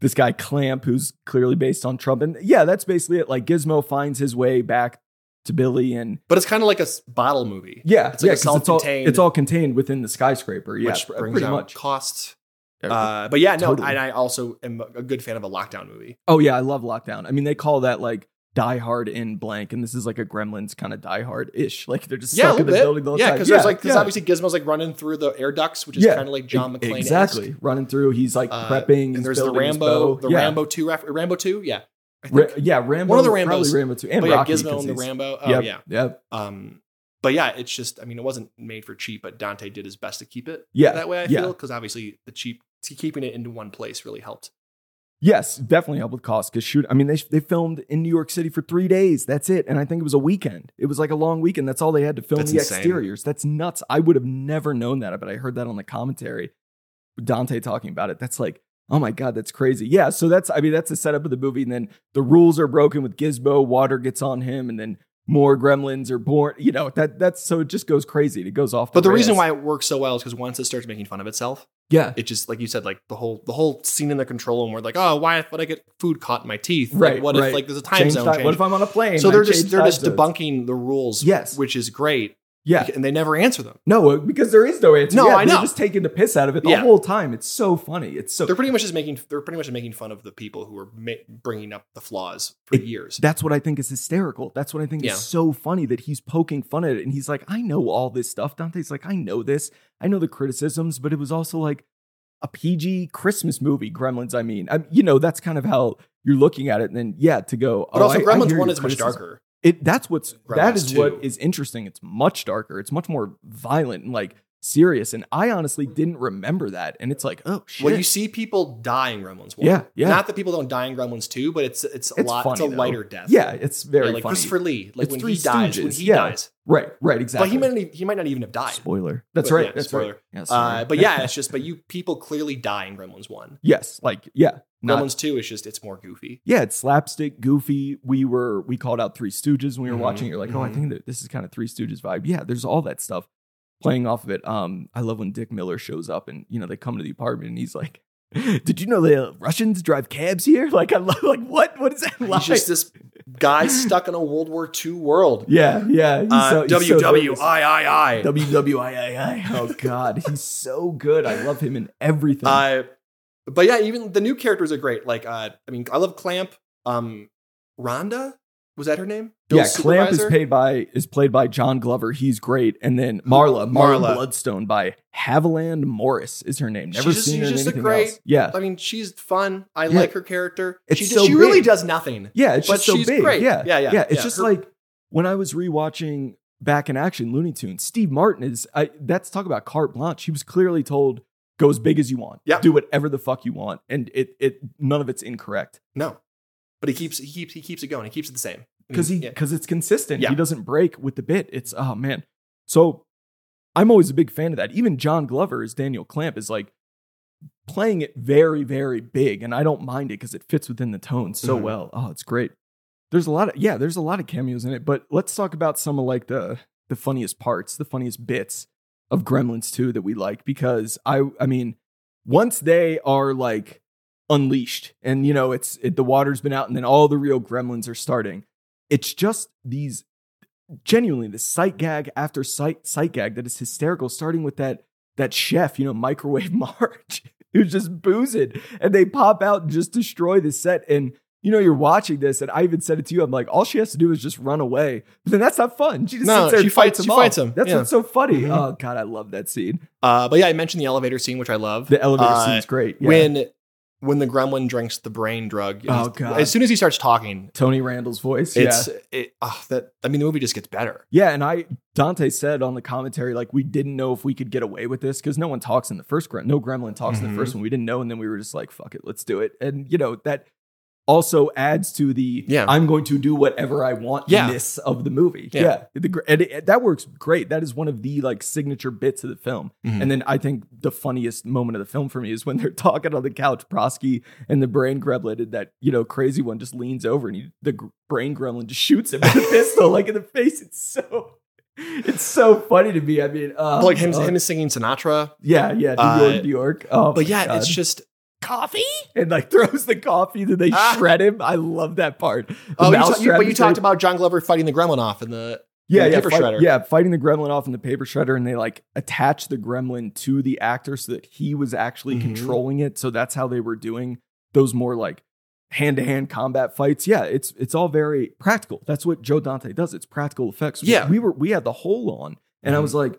this guy Clamp, who's clearly based on Trump. And yeah, that's basically it. Like Gizmo finds his way back to Billy, and But it's kind of like a s- bottle movie. yeah, It's like yeah, a 'cause it's all self-contained- it's all contained within the skyscraper. Yeah, which pr- brings pretty down much. costs. Uh, but yeah, no, Totally. and I also am a good fan of a lockdown movie. Oh yeah, I love Lockdown. I mean, they call that like Die Hard in blank, and this is like a Gremlins kind of Die Hard ish. Like they're just Yeah, a stuck little in the building the bit. whole Yeah, time. because there's like because obviously Gizmo's like running through the air ducts, which is Yeah. e-, kind of like John McClane. exactly running through. He's like Uh, prepping. And he's there's the building his Rambo, bow. the yeah. Rambo two, ref- Rambo two, yeah. I Ra- think. yeah, Rambo. One of the probably Rambos. Rambo too, and but yeah, Rocky, Gizmo 'cause and the he's- Rambo. Oh yep, yeah. yep. Um, but yeah, it's just I mean it wasn't made for cheap, but Dante did his best to keep it Yeah, that way. I yeah. feel because obviously the cheap keeping it into one place really helped. Yes, definitely helped with cost because shoot, I mean they they filmed in New York City for three days. That's it, and I think it was a weekend. It was like a long weekend. That's all they had to film That's the insane. exteriors. That's nuts. I would have never known that, but I heard that on the commentary. Dante talking about it. That's like Oh my god, that's crazy. Yeah, so that's I mean that's the setup of the movie, and then the rules are broken with Gizmo. Water gets on him, and then more gremlins are born. You know that that's so it just goes crazy. It goes off. But the reason rails. why it works so well is because once it starts making fun of itself, yeah, it just like you said, like the whole the whole scene in the control room where like, oh, why would I get food caught in my teeth? Like, Right, what right. if like there's a time Change zone time- change? What if I'm on a plane? so and I they're just change they're time just zones? debunking the rules. Yes. which is great. Yeah, and they never answer them. no, uh, because there is no answer. No, yeah, I they're know. Just taking the piss out of it the Yeah. whole time. It's so funny. It's so They're pretty much just making they're pretty much making fun of the people who are ma- bringing up the flaws for It- years. That's what I think is hysterical. That's what I think Yeah. is so funny that he's poking fun at it. And he's like, I know all this stuff. Dante's like, I know this. I know the criticisms, but it was also like a PG Christmas movie, Gremlins. I mean, I, you know, that's kind of how you're looking at it. And then, yeah, to go. But oh, also, I- I hear Gremlins your One is much criticism. darker. It, that's what's, that Gremlins is 2. what is interesting. It's much darker. It's much more violent and like serious. And I honestly didn't remember that. And it's like, oh, shit. Well, you see people die in Gremlins One. Yeah, yeah. Not that people don't die in Gremlins Two, but it's it's a It's lot. it's a funny, though. lighter death. yeah, it's very Yeah, like funny. Christopher Lee, like It's when Three he dies, when Stooges, he yeah. dies. right, right, exactly. But he might not even, he might not even have died. Spoiler. That's But right. yeah, that's spoiler. right. Yeah, sorry. Uh, but yeah, it's just but you people clearly die in Gremlins One. yes, like yeah, not Gremlins Two is just it's more goofy. yeah. It's slapstick, goofy. We were we called out Three Stooges when we were Mhm, watching. it. You're like, oh, I mhm. think that this is kind of Three Stooges vibe. Yeah, there's all that stuff playing off of it. Um, I love when Dick Miller shows up and you know they come to the apartment and he's like. Did you know the Russians drive cabs here? Like I love, like what? What is that like? He's just this guy stuck in a World War II world. yeah, yeah. he's Uh, so- he's so nervous. WWIII. WWIII. Oh God, he's so good. I love him in everything. Uh, but yeah, even the new characters are great. Like, uh, I mean, I love Clamp. Um, Rhonda was that her name? yeah, Bill's Clamp is supervisor? paid by is played by John Glover. He's great, and then Marla, Marla, Marla. Bloodstone by Haviland Morris is her name. Never She's just- seen her she's in just a anything great- else. Yeah, I mean, she's fun. I Yeah. like her character. It's she so she really big. does nothing. yeah, it's but just so she's big. great. Yeah, Yeah, yeah, yeah. It's yeah. just Her- like when I was rewatching Back in Action Looney Tunes. Steve Martin is. I, that's talk about carte blanche. He was clearly told go as big as you want. Yeah. do whatever the fuck you want, and it it none of it's incorrect No, but he keeps he keeps he keeps it going. He keeps it the same Mm, because he Yeah. because it's consistent. Yeah. He doesn't break with the bit. It's oh man. So I'm always a big fan of that. Even John Glover as Daniel Clamp is like playing it very very big, and I don't mind it because it fits within the tone so Mhm. well. Oh, it's great. There's a lot of yeah. There's a lot of cameos in it, but let's talk about some of like the the funniest parts, the funniest bits of Gremlins 2 that we like because I I mean once they are like unleashed and you know it's it, the water's been out and then all the real gremlins are starting it's just these genuinely the sight gag after sight sight gag that is hysterical starting with that that chef you know microwave march who's just boozing and they pop out and just destroy the set and you know you're watching this and i even said it to you i'm like all she has to do is just run away but then that's not fun she just No, sits there she and fights, fights- him she off. fights him, that's yeah. what's so funny Mhm. oh god i love that scene Uh, but yeah, I mentioned the elevator scene, which I love. the elevator Uh, scene's great yeah. When when the gremlin drinks the brain drug. it Oh, is- God. As soon as he starts talking, tony randall's voice yeah it's it, oh, that. I mean, the movie just gets better. Yeah, and I Dante said on the commentary like we didn't know if we could get away with this because no one talks in the first gremlin. No gremlin talks in Mhm. the first one. We didn't know, and then we were just like, "Fuck it, let's do it." And you know that also adds to the Yeah. I'm going to do whatever I want Yeah. ness of the movie. Yeah. The gr- and it- that works great. That is one of the like signature bits of the film. Mhm. And then I think the funniest moment of the film for me is when they're talking on the couch, Prosky and the brain gremlin, and that you know crazy one just leans over and he, the gr- brain gremlin just shoots him with a pistol like in the face. It's so it's so funny to me. I mean, uh, like him, uh, him singing Sinatra. yeah, yeah, New Uh, York, New York. Oh, But my yeah, God. it's just coffee. and like throws the coffee, then they Ah. shred him. I love that part. The Oh, you ta- mouse you- trap but you is great. talked about John Glover fighting the gremlin off in the yeah, the yeah, paper fight- shredder. yeah, fighting the gremlin off in the paper shredder, and they like attach the gremlin to the actor so that he was actually Mhm. controlling it. So that's how they were doing those more like hand to hand combat fights. Yeah, it's it's all very practical. That's what Joe Dante does. It's practical effects. We- Yeah. we were we had the whole on, and I Mhm. was like.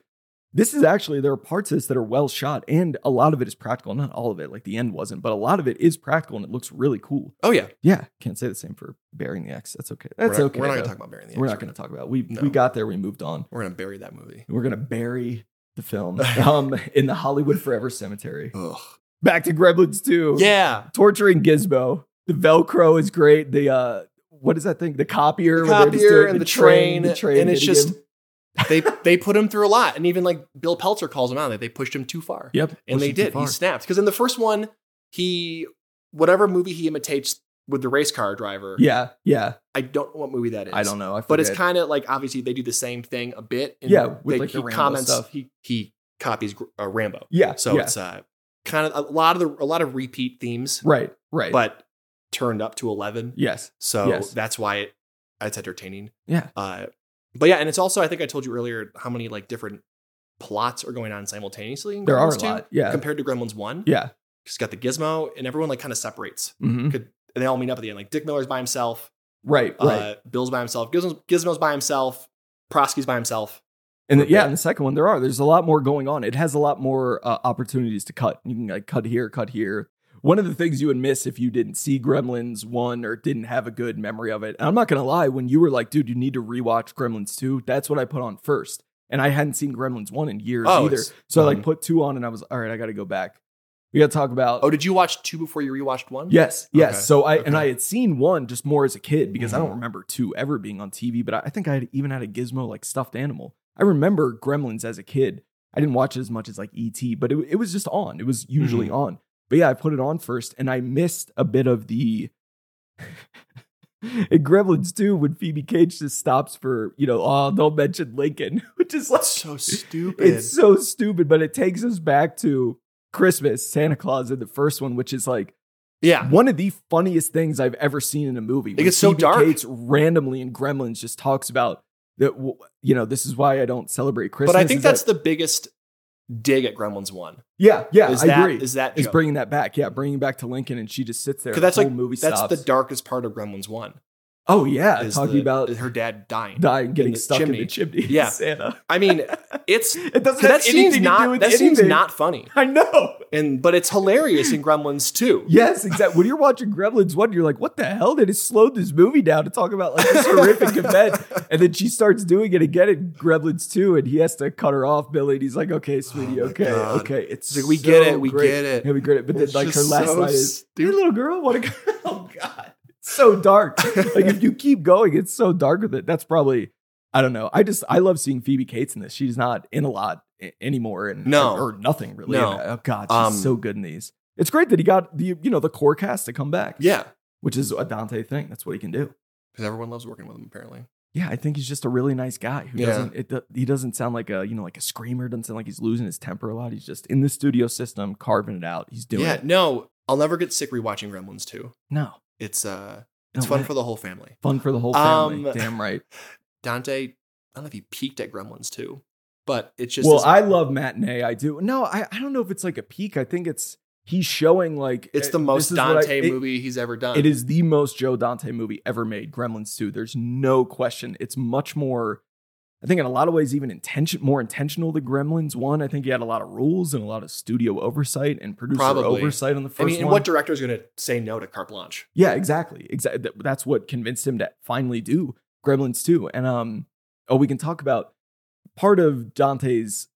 This is actually there are parts of this that are well shot, and a lot of it is practical. Not all of it, like the end wasn't, but a lot of it is practical, and it looks really cool. Oh yeah, Yeah, can't say the same for burying the X. That's okay. We're That's not- okay. We're not going though. to talk about burying the. We're X. not going to talk about. It. We No. we got there. We moved on. We're going to bury that movie. We're gonna bury the film um, in the Hollywood Forever Cemetery. Ugh. Back to Gremlins 2. Oh. Yeah, Torturing Gizmo. The Velcro is great. The uh what is that thing? The copier, the where they're just copier doing and the train, the train and it's hitting just him. they they put him through a lot. And even like Bill Peltzer calls him out, that they pushed him too far, Yep. and they Pushing too did. far. He snapped because in the first one. he whatever movie he imitates with the race car driver. Yeah, yeah. I don't know what movie that is. I don't know. I But it's forget. kind of like obviously they do the same thing a bit. Yeah, with, like, he the Rambo comments. stuff. He he copies Gr- uh, Rambo. yeah. So yeah. it's uh, kind of a lot of the a lot of repeat themes, right, right. but turned up to eleven. yes, So Yes. that's why it, it's entertaining. Yeah. Uh, but yeah, and it's also I think I told you earlier how many like different plots are going on simultaneously. In there are a Gremlins 2 lot. Yeah, compared to Gremlins One. yeah. it's got the Gizmo, and everyone like kind of separates. hmm And they all meet up at the end. Like Dick Miller's by himself, Right, right. uh, Bill's by himself, Gizmo's, Gizmo's by himself, Prosky's by himself. and the, yeah, yeah. and the second one there are. There's a lot more going on. It has a lot more uh, opportunities to cut. You can like cut here, cut here. One of the things you would miss if you didn't see Gremlins one or didn't have a good memory of it. And I'm not gonna lie, when you were like, dude, you need to rewatch Gremlins two. That's what I put on first, and I hadn't seen Gremlins one in years Oh, either. it's So I like fun. put two on, and I was all right. I got to go back. We got to talk about. Oh, did you watch two before you rewatched one? Yes, yes. Okay, So I okay. and I had seen one just more as a kid because I Mhm. don't remember two ever being on TV, but I, I think I had even had a gizmo like stuffed animal. I remember Gremlins as a kid. I didn't watch it as much as like ET, but it, it was just on. It was Mm-hmm. usually on. But yeah, I put it on first and I missed a bit of the in Gremlins 2 when Phoebe Cage just stops for, you know, oh, don't mention Lincoln, which is like That's so stupid. it's so stupid, but it takes us back to Christmas, Santa Claus in the first one, which is like yeah. one of the funniest things I've ever seen in a movie. It gets so dark. Cates randomly in Gremlins just talks about that. w- You know, this is why I don't celebrate Christmas. But I think is that's that- the biggest dig at Gremlins one. yeah, yeah. is I that agree. Is, is that joke. bringing that back? Yeah, bringing back to Lincoln, and she just sits there. 'Cause the that's whole like- movie that's stops. the darkest part of Gremlins one. oh yeah, is talking the- about her dad dying. dying, getting the stuck in chimney. the chimney. Yeah. Santa. I mean, it's 'cause It doesn't have that scene's anything to do not with that scene's anything. not funny, I know. and but it's hilarious in Gremlins too. Yes, exactly. When you're watching Gremlins 1, you're like, what the hell? They just slowed this movie down to talk about like this horrific event. And then she starts doing it again in Gremlins 2, and he has to cut her off, Billy. And he's like, okay, sweetie, Oh my okay, God. okay. It's It's like, we so get it, we great. get it. Yeah, we get it. But then It's like her just last so line is, hey, little girl, what a Oh, God. It's so dark. like, if you keep going, it's so dark with it. That's probably, I don't know. I just, I love seeing Phoebe Cates in this. She's not in a lot a- anymore and No. or, nothing really. No. Oh, God, she's Um, so good in these. It's great that he got the you know the core cast to come back. Yeah, which is a Dante thing. That's what he can do. because everyone loves working with him apparently. Yeah, I think he's just a really nice guy who Yeah. doesn't. It, do- he doesn't sound like a you know like a screamer. Doesn't sound like he's losing his temper a lot. He's just in the studio system carving it out. He's doing yeah, it. no, I'll never get sick rewatching Gremlins two. No, It's uh, it's No fun way. for the whole family. fun for the whole family. Um, Damn right. Dante, I don't know if he peaked at Gremlins two, but it's just well, this- I love matinee. I do. No, I, I don't know if it's like a peak. I think it's he's showing like it's eh, the most this is what I- Dante it- movie he's ever done. It is the most Joe Dante movie ever made, Gremlins 2. There's no question. It's much more, I think, in a lot of ways, even intention more intentional than Gremlins 1. I think he had a lot of rules and a lot of studio oversight and producer Probably. oversight on the first I mean, and one. what director is going to say no to carte blanche? yeah, exactly. Exactly. That's what convinced him to finally do Gremlins 2. And um, oh, we can talk about part of Dante's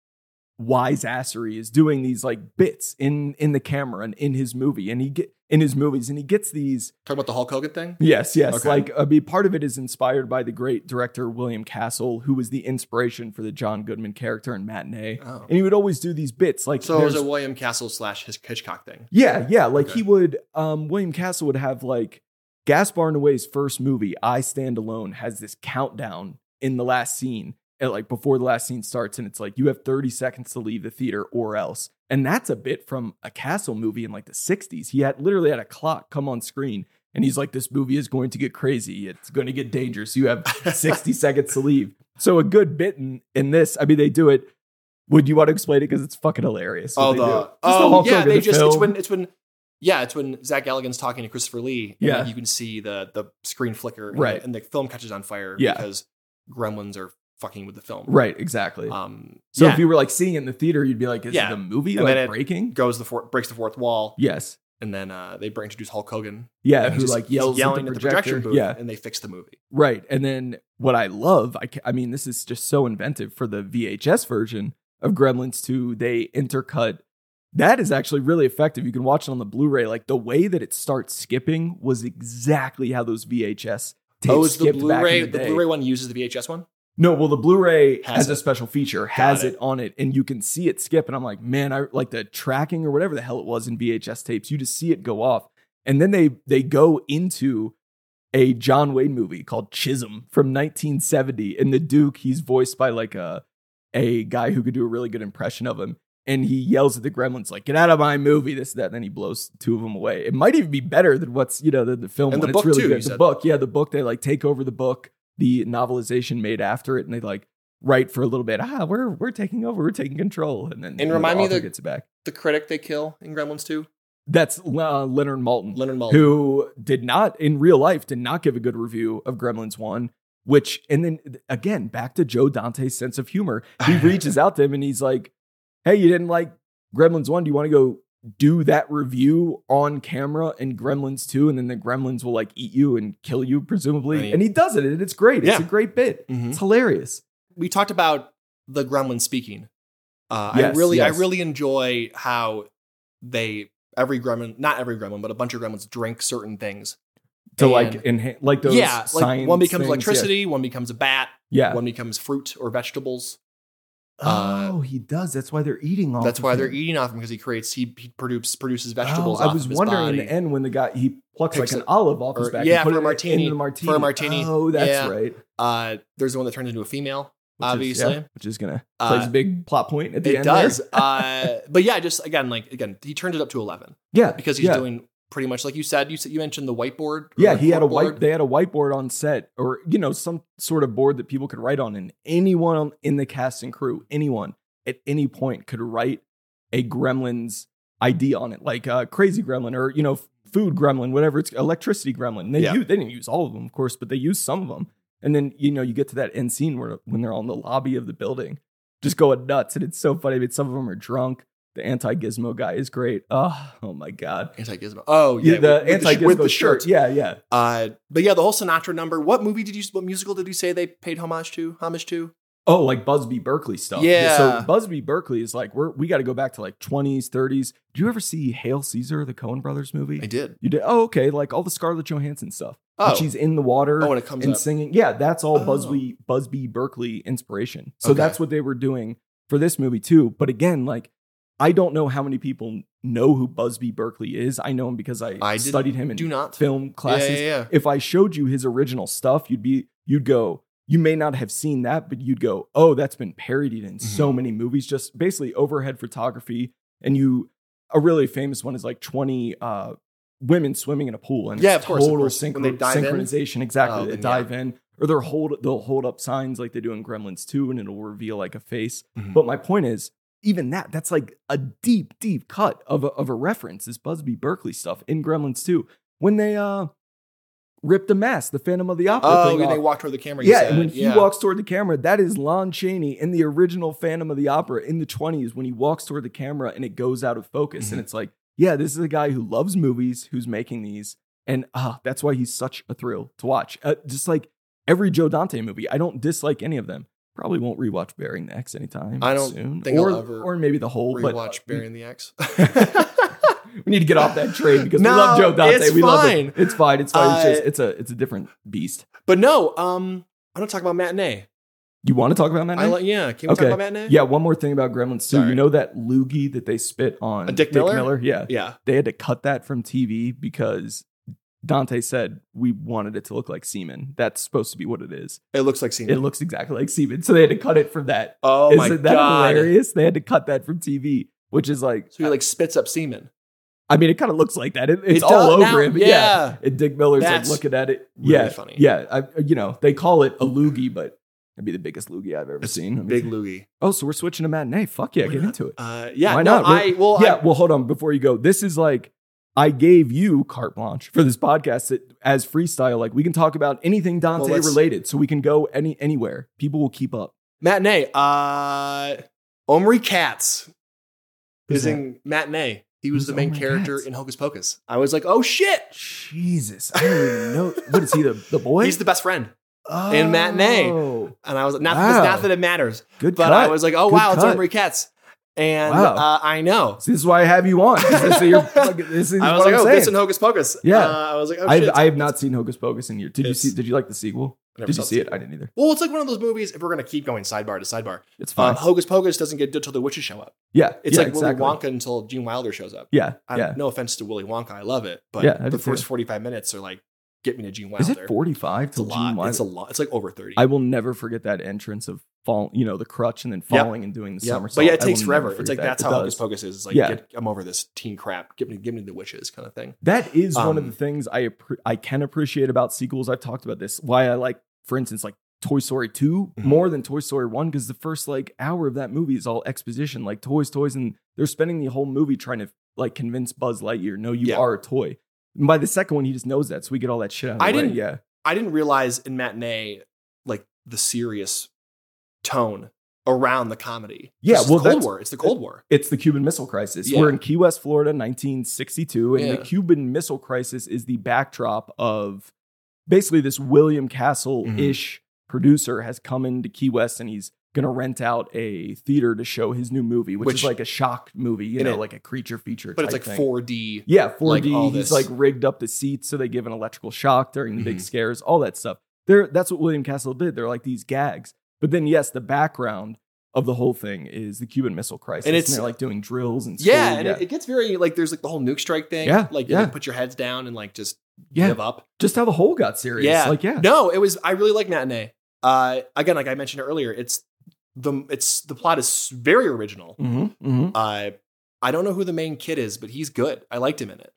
wise assery is doing these like bits in in the camera and in his movie and he get in his movies and he gets these Talk about the Hulk Hogan thing. Yes, yes. Okay. Like, I mean, part of it is inspired by the great director William Castle, who was the inspiration for the John Goodman character in Matinee. Oh, And he would always do these bits, like so it was there's- a William Castle slash Hitchcock thing. yeah, yeah. Like Okay. he would, um, William Castle would have like Gaspar Noé's first movie, I Stand Alone, has this countdown in the last scene, and like before the last scene starts, and it's like you have 30 seconds to leave the theater or else. And that's a bit from a Castle movie in like the 60s. He had literally had a clock come on screen, and he's like, "This movie is going to get crazy. It's going to get dangerous. You have 60 seconds to leave." So a good bit in, in this. I mean, they do it. Would you want to explain it? Because it's fucking hilarious. what Oh, they the, do. oh Just the Hulk yeah, Hogan, they the just it's film. when it's when yeah, it's when Zach Galligan's talking to Christopher Lee. and, Yeah. like, you can see the the screen flicker, and, Right. The, and the film catches on fire Yeah. because Gremlins are fucking with the film, Right, exactly. Um, so yeah, if you were like seeing it in the theater, you'd be like, is Yeah. the movie And like then it- breaking? goes the four, breaks the fourth wall, Yes. and then uh, they bring- introduce Hulk Hogan, Yeah, and who just- like he's yells yelling at the projector. projection booth, yeah, and they fix the movie. right. And then what I love, I, ca- I mean, this is just so inventive for the VHS version of Gremlins 2. They intercut. That is actually really effective. You can watch it on the Blu-ray. Like the way that it starts skipping was exactly how those VHS tapes oh, is the skipped back in Blu-ray the the, day. Blu-ray one uses the VHS one? No, well, the Blu-ray Has has, it. a special feature, has it. it. on it, and you can see it skip. And I'm like, man, I like the tracking or whatever the hell it was in VHS tapes. You just see it go off, and then they they go into a John Wayne movie called Chisholm from 1970, and the Duke he's voiced by like a a guy who could do a really good impression of him, and he yells at the Gremlins like, "Get out of my movie!" This that, and then he blows two of them away. It might even be better than what's you know the, the film. And the one. book, it's really too, you good. The said. book, yeah, the book. They like take over the book the novelization made after it, and they like write for a little bit. Ah, we're we're taking over, we're taking control, and then And remind me author the- gets it back. The critic they kill in Gremlins 2, That's uh, Leonard Maltin, Leonard Maltin. who did not in real life did not give a good review of Gremlins One. Which and then again back to Joe Dante's sense of humor. He reaches out to him and he's like, "Hey, you didn't like Gremlins One? Do you want to go do that review on camera in Gremlins Two? And then the Gremlins will like eat you and kill you, presumably." Right. And he does it, and it's great. It's Yeah. a great bit. Mhm. It's hilarious. we talked about the gremlin speaking. Uh, Yes, I really, yes. I really enjoy how they every gremlin, not every gremlin, but a bunch of gremlins drink certain things. to And- like enhance, like those yeah, science like one becomes things, electricity, one becomes a bat, Yeah. one becomes fruit or vegetables. yeah. Oh, he does. That's why they're eating all. Uh, That's why they're eating off him because he creates, he, he produces produces vegetables. Oh, off I was of his wondering in body. the end when the guy he plucks Picks like an it- olive off his or- back. yeah, and put for a it martini. into the martini. For a martini. Oh, that's Yeah. right. Which is- uh, there's the one that turns into a female. yeah, Obviously, which is gonna Uh, plays a big plot point at the it end. does. there. uh, but yeah, just again, like again, he turned it up to eleven Yeah, because he's yeah. doing pretty much like you said. You said you mentioned the whiteboard. or Yeah, the he had a corkboard. white. They had a whiteboard on set, or you know, some sort of board that people could write on, and anyone on- in the cast and crew, anyone at any point could write a Gremlins idea on it, like uh, crazy Gremlin or you know, food Gremlin, whatever it's electricity Gremlin. And they Yeah. u- they didn't use all of them, of course, but they used some of them. And then you know, you get to that end scene where when they're all in the lobby of the building, just going nuts, and it's so funny. I mean, some of them are drunk. The anti Gizmo guy is great. Oh, oh my god. Anti Gizmo. Oh yeah, Yeah, the with- with anti sh- with the Gizmo shirt. Yeah, yeah. Uh, but yeah, the whole Sinatra number. What movie did you? What musical did you say they paid homage to? Homage to? Oh, like Busby Berkeley stuff. Yeah. So Busby Berkeley is like we're we got to go back to like twenties, thirties. Do you ever see Hail Caesar, the Coen Brothers movie? I did. You did. Oh, okay. Like all the Scarlett Johansson stuff. When Oh, she's in the water oh, when it comes and up. singing. Yeah, that's all Oh. Busby Busby Berkeley inspiration. So Okay. that's what they were doing for this movie too. But again, like I don't know how many people know who Busby Berkeley is. I know him because I, I didn't- studied him in do not. film Yeah, classes yeah, yeah. if I showed you his original stuff, you'd be you'd go, you may not have seen that, but you'd go, oh, that's been parodied in Mm-hmm. so many movies, just basically overhead photography. And you a really famous one is like 20 uh women swimming in a pool and Yeah, it's of course, of total course. synchro- When they dive in? synchronization. Exactly. Oh, they then dive in. Or they'll hold they'll hold up signs like they do in Gremlins 2 and it'll reveal like a face. Mhm. But my point is even that, that's like a deep, deep cut of a, of a reference, this Busby Berkeley stuff in Gremlins 2. When they uh ripped the mask, the Phantom of the Opera Oh, thing and off. they walked toward the camera. you yeah, said. and when he Yeah. walks toward the camera, that is Lon Chaney in the original Phantom of the Opera in the 20s when he walks toward the camera and it goes out of focus. Mm-hmm. And it's like, yeah, this is a guy who loves movies, who's making these. And ah, that's why he's such a thrill to watch. Uh, just like every Joe Dante movie, I don't dislike any of them. Probably won't rewatch Bearing the X anytime I don't soon. think I'll or, ever or maybe the whole but, uh, rewatch Burying the X. we need to get off that train because No, we love Joe Dante. it's we love fine. it. It's fine. It's fine. it's Uh, just it's a it's a different beast. but no, um, I don't talk about matinee. You want to talk about Matinee? I like, yeah, can we Okay. talk about matinee? yeah, one more thing about Gremlins too. Sorry. You know that loogie that they spit on Uh, Dick Miller? Yeah, yeah. they had to cut that from TV because Dante said we wanted it to look like semen. That's supposed to be what it is. It looks like semen. It looks exactly like semen, so they had to cut it from that. oh my Isn't that god! hilarious? They had to cut that from TV, which is like, So he like spits up semen. I mean, it kind of looks like that. It- it's It all does over now- him. but yeah, yeah. and Dick Miller's That's like looking at it. really yeah, funny. Yeah, I, you know they call it a loogie, but it'd be the biggest loogie I've ever It's seen. I mean, Big Louie. oh, so we're switching to matinee. Fuck yeah, Why get not? into it. Uh, yeah, Why no, not? I well, yeah, I, well, hold on before you go. This is like I gave you carte blanche for this podcast that, as freestyle. Like we can talk about anything Dante let's- related, so we can go any anywhere. People will keep up. matinee. Uh, Omri Katz Who's is that? in matinee. He was Who's the main Omri character Katz? in Hocus Pocus. I was like, oh shit, Jesus, I don't even know. What is he the the boy? he's the best friend. oh, in matinee. And I was like, not, that Wow. this- not that it matters, Good, but cut. I was like, oh Good wow, it's cut. Omri Katz, and Wow. uh, I know. So this is why I have you on. This is, your, fucking- this is I was what like, I'm oh, saying. this in Hocus Pocus. Yeah. Uh, I was like, oh shit. I've, I have not seen Hocus Pocus in years. Did you It's- see? Did you like the sequel? I never Did you saw see it? sequel. I didn't either. Well, it's like one of those movies. If we're gonna keep going sidebar to sidebar, It's fine. um, Hocus Pocus doesn't get until the witches show up. yeah, It's yeah, like exactly. Willy Wonka until Gene Wilder shows up. Yeah, i yeah. No offense to Willy Wonka, I love it, but Yeah, I do the too. first forty five minutes are like get me to Gene Wilder. Is it forty five It's a till lot. Gene Wilder? It's a lot. It's like over thirty. I will never forget that entrance of fall, you know, the crutch and then falling and doing the Yeah, somersault. but yeah, it I will takes never forever. forget It's like that. that's It how does. Hocus Pocus is. It's like Yeah. get, I'm over this teen crap. Give me, give me the witches kind of thing. That is one of Um, the things I appre- I can appreciate about sequels. I've talked about this. Why I like, for instance, like Toy Story 2 Mhm. more than Toy Story one because the first like hour of that movie is all exposition, like toys, toys, and they're spending the whole movie trying to like convince Buzz Lightyear, no, you Yeah. are a toy. And by the second one, he just knows that, so we get all that shit out. Of the I way. didn't- Yeah, I didn't realize in matinee like the serious tone around the comedy. Yeah, It's well, the Cold that's- War. It's the Cold War. it's the Cuban Missile Crisis. Yeah. We're in Key West, Florida, 1962, and Yeah. the Cuban Missile Crisis is the backdrop of basically this William Castle ish Mm-hmm. producer has come into Key West and he's going to rent out a theater to show his new movie, which, Which- is like a shock movie, you And know, it- like a creature feature. But it's like type thing. 4D. Yeah, 4D. like, all he's this- like rigged up the seats so they give an electrical shock during the big Mhm. scares, all that stuff. They're, that's what William Castle did. They're like these gags. But then, yes, the background of the whole thing is the Cuban Missile Crisis. And, it's- they're like doing drills and Yeah, school, and It, it gets very like there's like the whole nuke strike thing. Yeah, like yeah. you put your heads down and like just Yeah. give up. just how the whole got serious. Yeah. like yeah, No, it was. I really like matinee. Uh, again, like I mentioned earlier, it's the it's the plot is very original. Mhm, mhm. Uh, I don't know who the main kid is, but he's good. I liked him in it.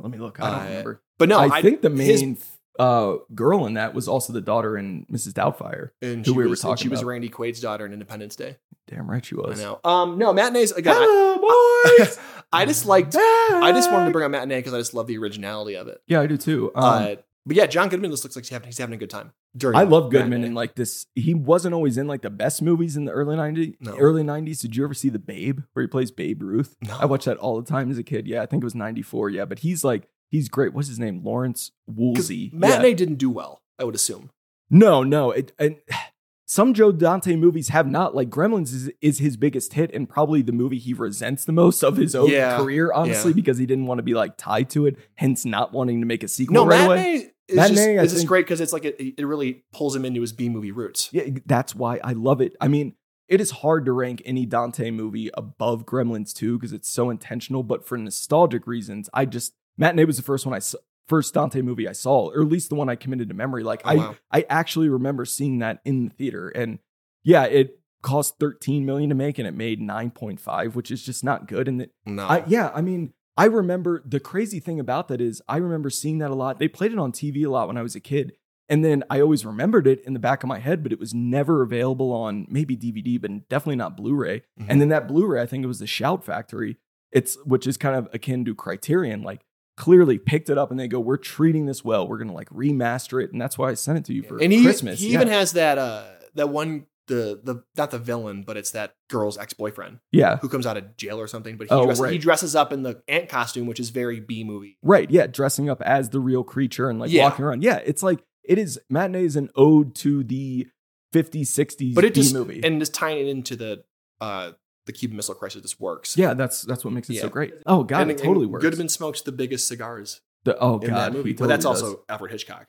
Let me look. I don't Uh, remember. But no, I, think the his- main uh, girl in that was also the daughter in Mrs. Doubtfire. and who she we were was, and talking She was about. Randy Quaid's daughter in Independence Day. Damn right she I was. know. Um, no, matinees again. I, Hello, boys. I just liked. I just wanted to bring up matinee because I just love the originality of it. Yeah, I do too. Um, uh, but yeah, John Goodman just looks like he's having, he's having a good time. During I love Goodman matinee. and like this. He wasn't always in like the best movies in the early '90s. No. Early '90s. Did you ever see The Babe, where he plays Babe Ruth? No. I watched that all the time as a kid. Yeah, I think it was '94. Yeah, but he's like he's great. What's his name? Lawrence 'Cause Woolsey. Yeah. Matinee didn't do well. I would assume. No, no. It, and some Joe Dante movies have not. Like Gremlins is, is his biggest hit and probably the movie he resents the most of his own Yeah, career, honestly, yeah. because he didn't want to be like tied to it, hence not wanting to make a sequel No, right away. matinee is just, Matinee, I is just think- great because it's like it, it really pulls him into his B movie roots. Yeah, that's why I love it. I mean, it is hard to rank any Dante movie above Gremlins 2 because it's so intentional, but for nostalgic reasons, I just Matinee was the first one I saw, first Dante movie I saw, or at least the one I committed to memory. Like Oh, I wow. I actually remember seeing that in the theater and yeah, it cost 13 million to make and it made 9.5, which is just not good and it, No, I, yeah, I mean, I remember the crazy thing about that is I remember seeing that a lot. They played it on TV a lot when I was a kid. And then I always remembered it in the back of my head, but it was never available on maybe DVD, but definitely not Blu ray. Mhm. And then that Blu ray, I think it was the Shout Factory, it's which is kind of akin to Criterion, like clearly picked it up and they go, We're treating this well. We're going to like remaster it. And that's why I sent it to you for and he, Christmas. He yeah. even has that uh that one the the not the villain, but it's that girl's ex boyfriend yeah. who comes out of jail or something. But he, Oh, dress- right. he dresses up in the ant costume, which is very B movie. Right. Yeah. Dressing up as the real creature and like Yeah. walking around. Yeah. It's like it is matinee is an ode to the 50s, 60s But it B just movie. and just tying it into the uh the Cuban Missile Crisis just works. yeah, that's that's what makes it Yeah. so great. Oh god, and, it totally and works. Goodman smokes the biggest cigars The- oh in that god, movie, he but that's totally does. also Alfred Hitchcock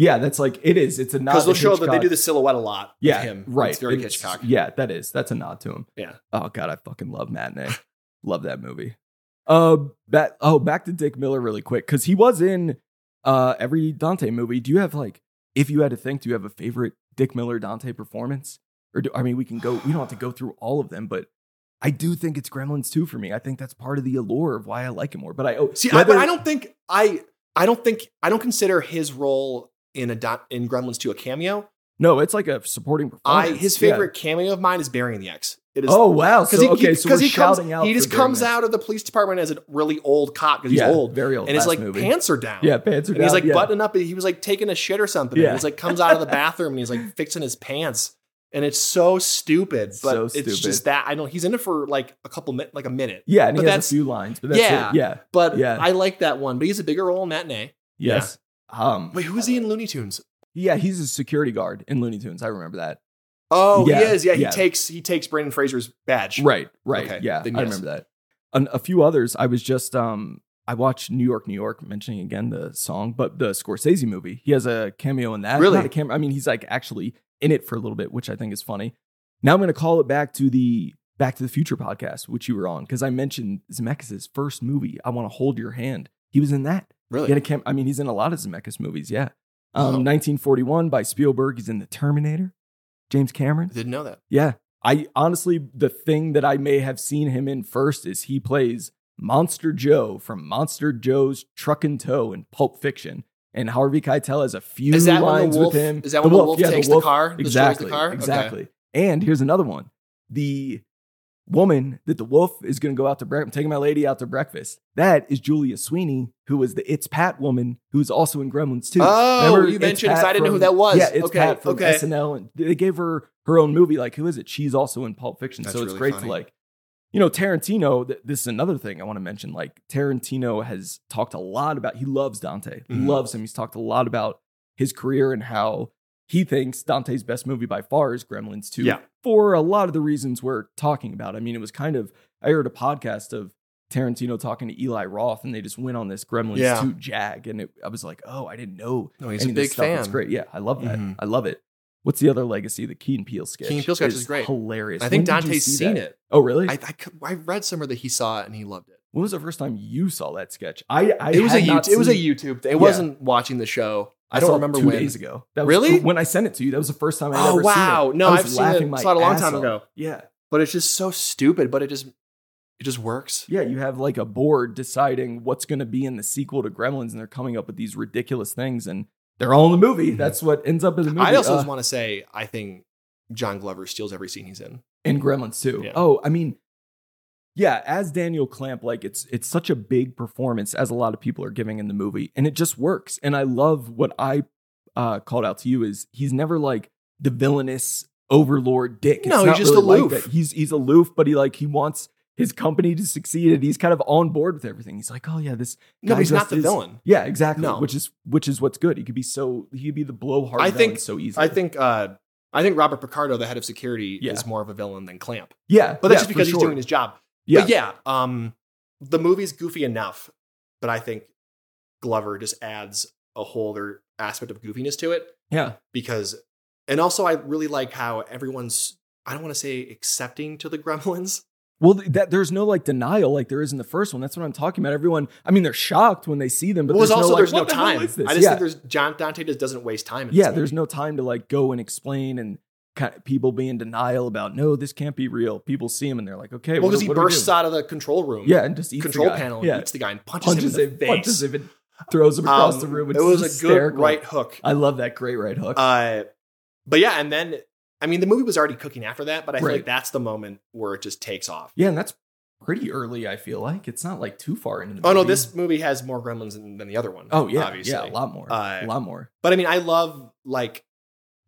yeah, that's like it is. It's a nod. because they'll to show that they Hitchcock. do the silhouette a lot. Yeah, with him. right. It's very It's- Hitchcock. Yeah, that is. That's a nod to him. Yeah. Oh god, I fucking love matinee. love that movie. Uh, back. Oh, back to Dick Miller really quick because he was in uh every Dante movie. Do you have like, if you had to think, do you have a favorite Dick Miller Dante performance? Or do I mean we can go? We don't have to go through all of them, but. I do think it's Gremlins 2 for me. I think that's part of the allure of why I like him more. But I oh, See, I, whether- but I don't think I I don't think I don't consider his role in a dot in Gremlins 2 a cameo. no. It's like a supporting I performance. his Oh, Yeah. favorite cameo of mine is burying the X. It is Oh wow! So, because he, okay, so we're because he comes shouting out. he for just comes Gremlins. out of the police department as a really old cop because he's yeah, old very old. and his last like movie. pants are down. Yeah, pants are And he's down, like yeah. buttoning up. He was like taking a shit or something. Yeah. And he's like comes out of the bathroom and he's like fixing his pants. And it's so stupid, but So it's stupid. just that I know he's in it for like a couple minutes, like a minute. Yeah, and But he has that's- a few lines, but that's Yeah. it. Yeah. But Yeah. I like that one. But he's a bigger role in Matinee. Yeah. Yes. Um. Wait, who is he in Looney Tunes? Yeah, he's a security guard in Looney Tunes. I remember that. Oh, he Yeah, is. Yeah, he yeah. takes he takes Brandon Fraser's badge. Right. Right. Okay, Yeah, then I yes. remember that. And a few others. I was just um. I watched New York, New York, mentioning again the song, but the Scorsese movie. He has a cameo in that. Really? Not a cameo. I mean, he's like actually in it for a little bit, which I think is funny. Now I'm going to call it back to the Back to the Future podcast, which you were on, because I mentioned Zemeckis' first movie, I Want to Hold Your Hand. He was in that. Really? He had a cam- I mean, he's in a lot of Zemeckis movies. Yeah. Um, Wow. 1941 by Spielberg. He's in The Terminator. James Cameron. Didn't know that. Yeah. I honestly, the thing that I may have seen him in first is he plays Monster Joe from Monster Joe's Truck and Tow in Pulp Fiction. And Harvey Keitel has a few Is that when lines the wolf? with him. Is that when the wolf, yeah, takes wolf. the car? destroys Exactly. The car? Okay. Exactly. And here's another one. The woman that the wolf is going to go out to breakfast, taking my lady out to breakfast. That is Julia Sweeney, who was the It's Pat woman, who was also in Gremlins too. Oh, you It's mentioned Pat this. I didn't know from- who that was. Yeah, It's Okay, Pat from okay. SNL, and they gave her her own movie. Like, who is it? She's also in Pulp Fiction, That's so it's really great funny. to like. You know, Tarantino, th- this is another thing I want to mention. Like, Tarantino has talked a lot about, he loves Dante, He Mhm. loves him. He's talked a lot about his career and how he thinks Dante's best movie by far is Gremlins 2 Yeah. for a lot of the reasons we're talking about. I mean, it was kind of, I heard a podcast of Tarantino talking to Eli Roth and they just went on this Gremlins Yeah. 2 jag. And it, I was like, oh, I didn't know. No, he's any a of this big stuff. fan. It's great. Yeah, I love that. Mhm. I love it. What's the other legacy? The Key and Peele sketch. Key and Peele sketch is great. Hilarious. I think When did you Dante's see seen that? it. Oh, really? I, I, cou- I read somewhere that he saw it and he loved it. when was the first time you saw that sketch? I, I it was a had not YouTube. It was a seen- YouTube. It wasn't watching the show. I don't saw it remember two when. days ago. That was- Really? when I sent it to you, that was the first time I Oh ever seen it. wow! No, I was I've seen laughing it. my Saw it a long ass time off. ago. Yeah. But it's just so stupid. But it just it just works. Yeah, you have like a board deciding what's going to be in the sequel to Gremlins, and they're coming up with these ridiculous things, and they're all in the movie. That's what ends up in the movie. I also Uh, just want to say I think John Glover steals every scene he's in. in Gremlins too. Yeah. Oh, I mean, yeah, as Daniel Clamp, like it's it's such a big performance as a lot of people are giving in the movie, and it just works. And I love what I uh, called out to you is he's never like the villainous overlord dick. It's No, he's not just really aloof. Like that. he's he's aloof, but he like he wants his company to succeed, and he's kind of on board with everything. He's like, oh yeah, this No, guy he's not just the is- villain. Yeah, exactly. No. Which is which is what's good. He could be so he could be the blowhard. I villain think- so easily. I think uh, I think Robert Picardo, the head of security, Yeah. is more of a villain than Clamp. yeah, But yeah, that's just because for he's sure. doing his job. Yeah, But yeah, um, the movie's goofy enough, but I think Glover just adds a whole other aspect of goofiness to it yeah, because, and also I really like how everyone's, I don't want to say accepting to the gremlins. Well, th- that there's no like denial like there is in the first one. That's what I'm talking about. Everyone, I mean, they're shocked when they see them, but But was there's also no, like, there's no "What the hell time. is I just this?" yeah, think there's John Dante just doesn't waste time. In yeah. this There's movie. no time to like go and explain and kind of people be in denial about no, this can't be real. People see him and they're like, okay, well what- because he what do we bursts do? out of the control room, Yeah, and just eats the control guy. panel, Yeah, and eats the guy and punches, punches him in him, the face. punches him, and throws him across Um, the room. It's it was a good hysterical. right hook. I love that great right hook. Uh, but yeah, and then I mean, the movie was already cooking after that, but I feel Right. like that's the moment where it just takes off. yeah, and that's pretty early. I feel like it's not like too far into the. Oh no, movie. this movie has more gremlins than, than the other one. Oh yeah, obviously, yeah, a lot more, Uh, a lot more. But I mean, I love like,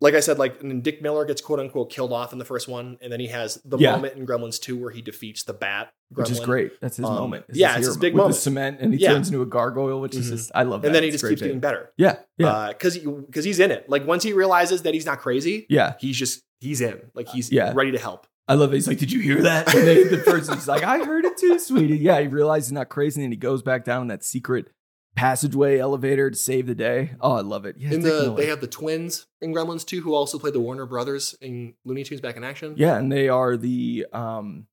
like I said, like and then Dick Miller gets quote unquote killed off in the first one, and then he has the Yeah. moment in Gremlins Two where he defeats the bat, gremlin, which is great. That's his Um, moment. yeah, his it's his hero big moment. moment. With the cement, and he Yeah. turns into a gargoyle, which Mhm. is just I love that. and then he It's just great keeps bit. getting Uh, better. Yeah, yeah, because because he's in it. Like once he realizes that he's not crazy, yeah. he's just he's in. Like he's Yeah. ready to help. I love it. He's like, "Did you hear that?" And then the person's like, "I heard it too, sweetie." Yeah, he realizes he's not crazy, and he goes back down that secret passageway elevator to save the day. Oh, I love it. Yeah, in Dick the Miller. they have the twins in Gremlins 2 who also played the Warner Brothers in Looney Tunes Back in Action. yeah, and they are the um.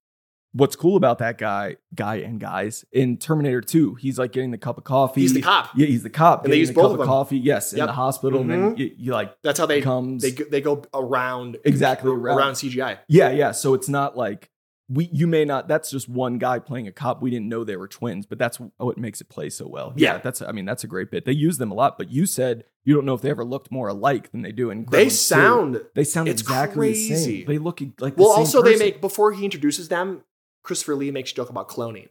What's cool about that guy, guy and guys in Terminator Two? He's like getting the cup of coffee. he's the cop. Yeah, he's the cop. And they getting use the both cup of of them. coffee. Yes, in Yep. the hospital, and then Mhm. you, you like That's how they comes they they go around exactly around, around. CGI. Yeah, yeah. So it's not like we you may not that's just one guy playing a cop. We didn't know they were twins, but that's what makes it play so well. Yeah. that's I mean, that's a great bit. They use them a lot, but you said you don't know if they ever looked more alike than they do in Gremlins They 2. sound they sound it's exactly the crazy. same. They look e, like the well. same Also, person. they make before he introduces them. Christopher Lee makes a joke about cloning,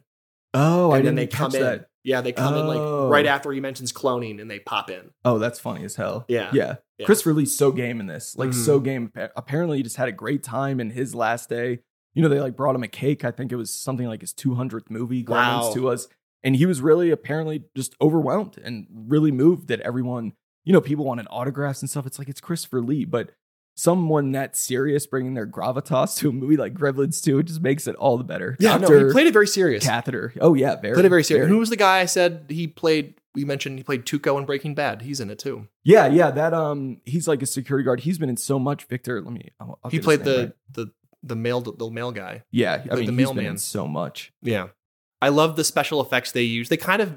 Oh, I and didn't then they catch come in. that. Yeah, they come in Oh. like right after he mentions cloning, and they pop in. Oh, that's funny as hell. Yeah. Yeah. Yeah. Christopher Lee's so game in this. Like Mhm. so game. Appa- Apparently he just had a great time in his last day. You know, they like brought him a cake. I think it was something like his 200th movie, Gremlins Wow. to us. And he was really apparently just overwhelmed and really moved that everyone, you know, people wanted autographs and stuff. It's like it's Christopher Lee, but someone that serious bringing their gravitas to a movie like Gremlins 2, it just makes it all the better. Yeah, no, he Dr. played it very serious. Catheter. Oh, yeah, very. played it very serious. very. Who was the guy I said he played? We mentioned he played Tuco in Breaking Bad. He's in it too. Yeah, yeah. That um, he's like a security guard. He's been in so much. Victor, let me. I'll, I'll get he his played name the right. the the male the male guy. yeah. I he mean, played he's the been mailman. in so much. Yeah, I love the special effects they use. They kind of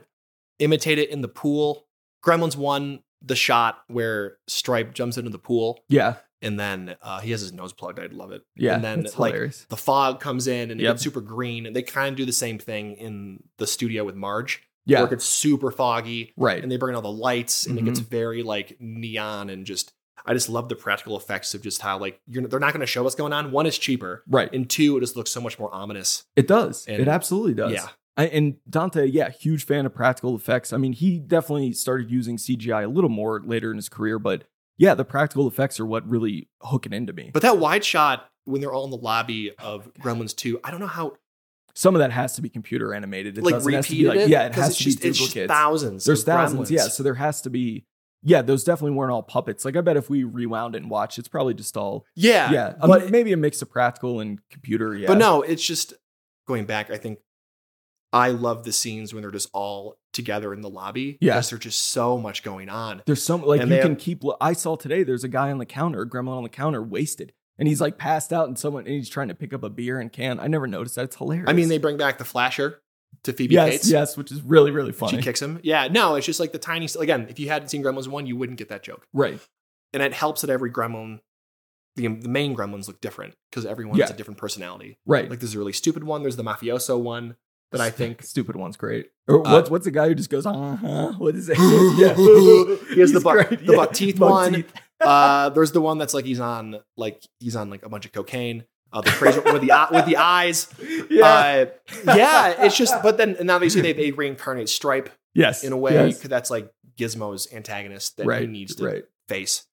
imitate it in the pool. Gremlins one, the shot where Stripe jumps into the pool Yeah, and then uh, he has his nose plugged. I love it. yeah. and then that's like hilarious. the fog comes in and it Yep. gets super green. And they kind of do the same thing in the studio with Marge. Yeah, where it gets super foggy. right. and they bring in all the lights and it gets Mm-hmm. very like neon and just I just love the practical effects of just how like you're they're not going to show what's going on. One is cheaper, Right. and two it just looks so much more ominous. It does. and- it absolutely does. Yeah, I, and Dante, yeah, huge fan of practical effects. I mean, he definitely started using CGI a little more later in his career, but yeah, the practical effects are what really hook it into me. But but that wide shot when they're all in the lobby of Oh, Gremlins Two, I don't know how some of that has to be computer animated. It like doesn't have to be repeated like it. yeah, it 'cause has it's to just, be it's just duplicates. thousands. There's of thousands, Gremlins. yeah. So there has to be. Yeah, those definitely weren't all puppets. Like I bet if we rewound it and watched, it's probably just all yeah, yeah, a- but maybe a mix of practical and computer. Yeah, But no, it's just going back. I think I love the scenes when they're just all together in the lobby. Yeah. because there's just so much going on. there's some like And you they- can keep. lo- I saw today there's a guy on the counter, a gremlin on the counter, wasted, and he's like passed out, and someone and he's trying to pick up a beer and can. I never noticed that. It's hilarious. I mean, they bring back the flasher to Phoebe yes, Cates. yes, which is really really funny. She kicks him. Yeah, no, it's just like the tiny. Again, if you hadn't seen Gremlins one, you wouldn't get that joke. right. And it helps that every Gremlin, the, the main Gremlins look different because everyone has Yeah. a different personality. Right. Like there's a really stupid one. There's the mafioso one that I think stupid one's great. Or Uh, what's what's the guy who just goes, uh huh? What is it? He has the He's buck- great. the buck teeth one. teeth. uh, there's the one that's like he's on like he's on like a bunch of cocaine. Uh, the crazy one with the eye, with the eyes. Yeah. Uh, yeah, it's just. But then and obviously they they reincarnate Stripe yes. in a way Yes. 'cause that's like Gizmo's antagonist that he right. needs to right. face.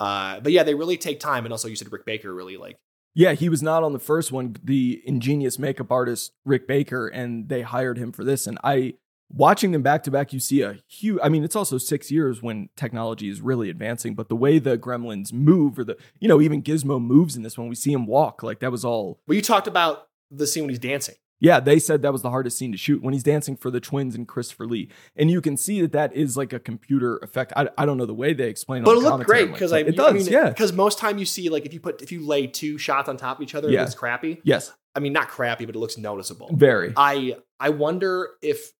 Uh, but yeah, they really take time, and also you said Rick Baker really like Yeah, he was not on the first one. The ingenious makeup artist Rick Baker, and they hired him for this. And I, watching them back to back, you see a huge. I mean, it's also six years when technology is really advancing. But the way the Gremlins move, or the you know even Gizmo moves in this one, we see him walk like that was all. Well, you talked about the scene when he's dancing. Yeah, they said that was the hardest scene to shoot when he's dancing for the twins and Christopher Lee, and you can see that that is like a computer effect. I, I don't know the way they explain, But on it the looked commentary, great like, because but I, it mean- does, I mean, yeah, Because most time you see like if you put if you lay two shots on top of each other, Yeah. it looks crappy. yes, I mean, not crappy, but it looks noticeable. very. I I wonder if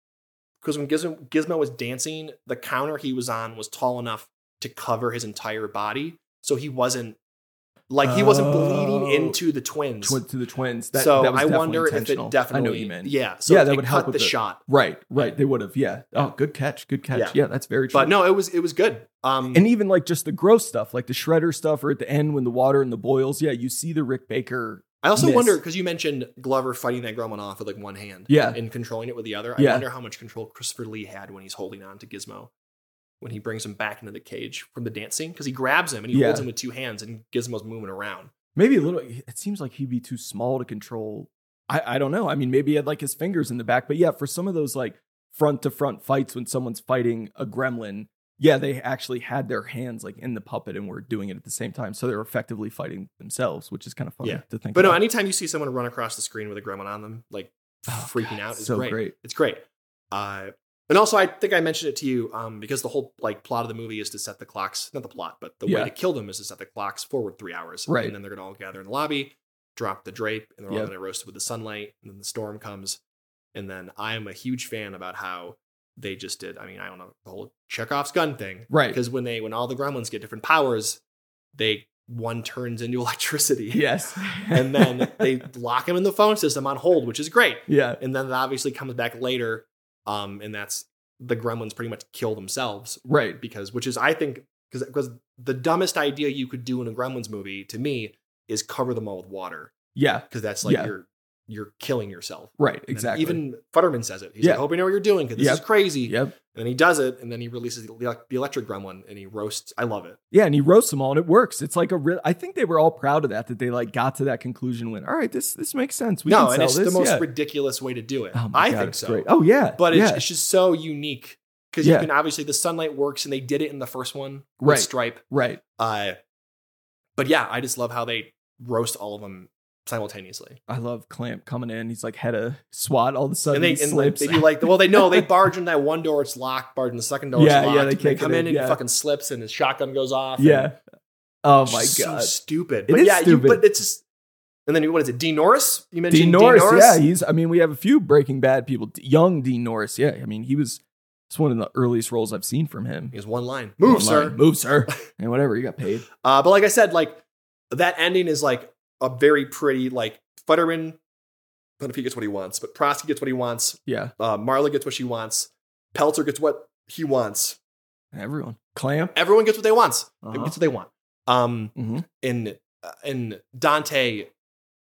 because when Gizmo, Gizmo was dancing, the counter he was on was tall enough to cover his entire body, so he wasn't like he wasn't bleeding Oh. into the twins. Twi- to the twins. That, so that was I definitely wonder if intentional. it definitely. I know what you meant. Yeah. So Yeah, if that they would help cut with the the- shot. Right, right. They would have. Yeah. Oh, good catch. Good catch. Yeah. Yeah, that's very true. But no, it was it was good. Um, and even like just the gross stuff, like the shredder stuff, or at the end when the water and the boils. Yeah, you see the Rick Baker. I also miss. wonder because you mentioned Glover fighting that Gremlin off with like one hand, Yeah. and controlling it with the other. I Yeah. wonder how much control Christopher Lee had when he's holding on to Gizmo when he brings him back into the cage from the dancing because he grabs him and he Yeah. holds him with two hands and Gizmo's moving around. Maybe a little. It seems like he'd be too small to control. I, I don't know. I mean, maybe he had like his fingers in the back. But yeah, for some of those like front to front fights when someone's fighting a gremlin, yeah, they actually had their hands like in the puppet and were doing it at the same time. So they're effectively fighting themselves, which is kind of funny Yeah. to think. But no, about. anytime you see someone run across the screen with a Gremlin on them, like Oh, freaking God, out, is so great. great. It's great. Uh, and also, I think I mentioned it to you um, because the whole like plot of the movie is to set the clocks. Not the plot, but the way Yeah. to kill them is to set the clocks forward three hours. Right. And then they're gonna all gather in the lobby, drop the drape, and they're all Yep. gonna roast with the sunlight. And then the storm comes. And then I am a huge fan about how they just did. I mean, I don't know the whole Chekhov's gun thing, right. because when they when all the Gremlins get different powers, they one turns into electricity. Yes. and then they lock him in the phone system on hold, which is great. yeah. And then it obviously comes back later, um, and that's the gremlins pretty much kill themselves Right. because, which is I think because because the dumbest idea you could do in a Gremlins movie to me is cover them all with water Yeah. because that's like Yeah. you're you're killing yourself. Right. And then Exactly. Even Futterman says it. He's Yeah. like, "Hope you know what you're doing because this Yep. is crazy." Yep. And then he does it, and then he releases the, elec- the electric gremlin, and he roasts. I love it. Yeah, and he roasts them all, and it works. It's like a real. I think they were all proud of that. That they like got to that conclusion. When all right, this this makes sense. We no, can and sell it's this. the most yeah. ridiculous way to do it. Oh my I God, think it's so. Great. Oh yeah, but yeah, it's, it's just so unique because you Yeah. can obviously the sunlight works and they did it in the first one with Right. stripe right. uh But yeah, I just love how they roast all of them simultaneously. I love Clamp coming in. He's like had a SWAT all of a sudden. And they he and like, slips. they do like well, they know they barge in that one door, it's locked. Barge in the second door, Yeah, yeah, it's locked. they and can't get come in in, and yeah. he fucking slips, and his shotgun goes off. and- yeah. Oh my Just so god. stupid. It But is yeah, stupid. You, but it's just. And then what is it? Dean Norris? You mentioned Dean Norris, yeah, he's. I mean, we have a few Breaking Bad people. D- young Dean Norris, yeah. I mean, he was. It's one of the earliest roles I've seen from him. He has one line. Move, One sir. line, move, sir, and whatever you got paid. Uh, but like I said, like that ending is like a very pretty like Futterman. I don't know if he gets what he wants, but Prosky gets what he wants. Yeah, Uh, Marla gets what she wants. Pelzer gets what he wants. everyone. Clamp. Everyone gets what they want. Uh-huh. Everyone gets what they want. Um, Mhm. and uh, and Dante